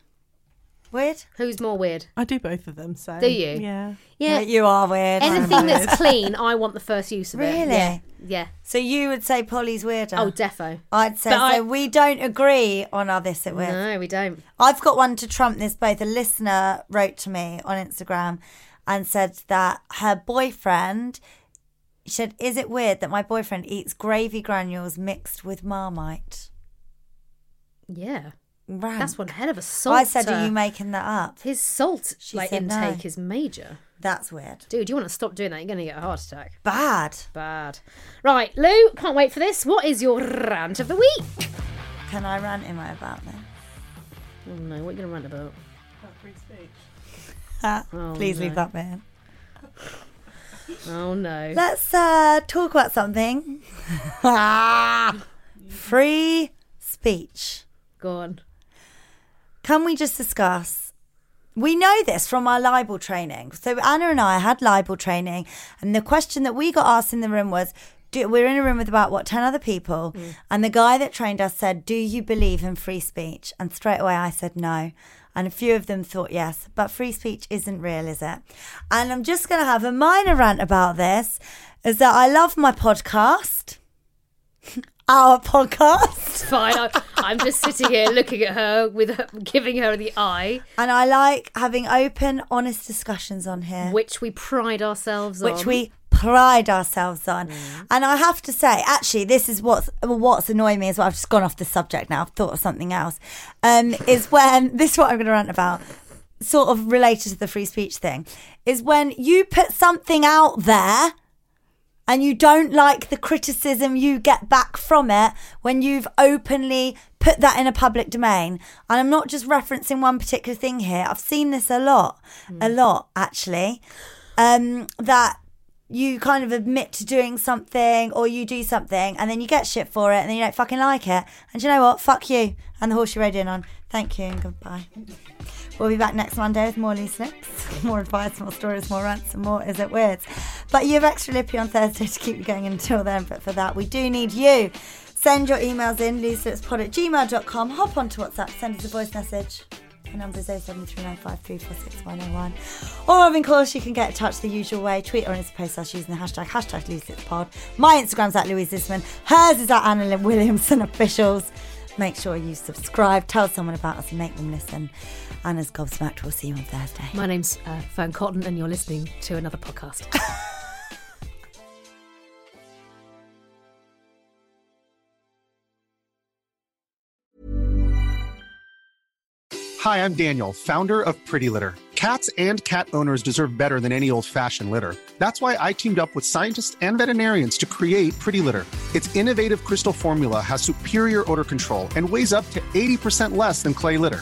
Speaker 3: Weird?
Speaker 2: Who's more weird?
Speaker 4: I do both of them. So
Speaker 2: Do you?
Speaker 4: Yeah.
Speaker 2: Yeah.
Speaker 3: you are weird. [LAUGHS]
Speaker 2: Anything that's clean, I want the first use of it.
Speaker 3: Really?
Speaker 2: Yeah. Yeah.
Speaker 3: So you would say Polly's weirder?
Speaker 2: Oh, defo.
Speaker 3: I'd say so.
Speaker 2: But I-
Speaker 3: we don't agree on are this at weird.
Speaker 2: No, we don't.
Speaker 3: I've got one to trump this. Both a listener wrote to me on Instagram and said that her boyfriend she said, "Is it weird that my boyfriend eats gravy granules mixed with marmite?"
Speaker 2: Yeah.
Speaker 3: Right.
Speaker 2: That's one hell of a salt.
Speaker 3: I said,
Speaker 2: uh,
Speaker 3: "Are you making that up?"
Speaker 2: His salt
Speaker 3: She
Speaker 2: like
Speaker 3: said no.
Speaker 2: intake is major.
Speaker 3: That's weird.
Speaker 2: Dude, you want to stop doing that? You're going to get a heart attack.
Speaker 3: Bad.
Speaker 2: Bad. Right, Lou, can't wait for this. What is your rant of the week?
Speaker 3: Can I rant him about this?
Speaker 2: Oh no, what are you going to rant about?
Speaker 4: Free speech.
Speaker 3: Uh, Please leave that bit. in.
Speaker 2: Oh no.
Speaker 3: Let's uh, talk about [LAUGHS] something. Free speech.
Speaker 2: Go on.
Speaker 3: Can we just discuss? We know this from our libel training. So Anna and I had libel training, and the question that we got asked in the room was, do, "We're in a room with about what ten other people, and the guy that trained us said, "Do you believe in free speech?" And straight away I said no, and a few of them thought yes, but free speech isn't real, is it? And I'm just going to have a minor rant about this. Is that I love my podcast, [LAUGHS] our podcast.
Speaker 2: It's fine. I, I'm just sitting here looking at her with her, giving her the eye,
Speaker 3: And I like having open, honest discussions on here, which,
Speaker 2: which we pride ourselves on. Mm.
Speaker 3: we pride ourselves on. And I have to say, actually, this is what's what's annoying me is what I've just gone off the subject now. I've thought of something else.
Speaker 2: [LAUGHS]
Speaker 3: Um, is when this is what I'm going to rant about, sort of related to the free speech thing, is when you put something out there. And you don't like the criticism you get back from it when you've openly put that in a public domain. And I'm not just referencing one particular thing here. I've seen this a lot,
Speaker 2: Mm.
Speaker 3: a lot actually. Um, that you kind of admit to doing something or you do something and then you get shit for it and then you don't fucking like it. And do you know what? Fuck you. And the horse you're riding on. Thank you and goodbye. We'll be back next Monday with more loose lips, [LAUGHS] more advice, more stories, more rants, and more is it weirds. But you have extra lippy on Thursday to keep you going until then. But for that, we do need you. Send your emails in, looselipspod at gmail.com. Hop onto WhatsApp, send us a voice message. The number is 07395346101. Or of course you can get in touch the usual way. Tweet or Insta post us using the hashtag hashtag loselipspod. My Instagram's at Louise Zisman. Hers is at Anna Williamson [LAUGHS] Officials. Make sure you subscribe, tell someone about us, and make them listen. Anna's gobsmacked. We'll see you on Thursday.
Speaker 2: My name's uh, Fern Cotton, and you're listening to another podcast.
Speaker 7: Hi, I'm Daniel, founder of Pretty Litter. Cats and cat owners deserve better than any old fashioned litter. That's why I teamed up with scientists and veterinarians to create Pretty Litter. Its innovative crystal formula has superior odor control and weighs up to 80% less than clay litter.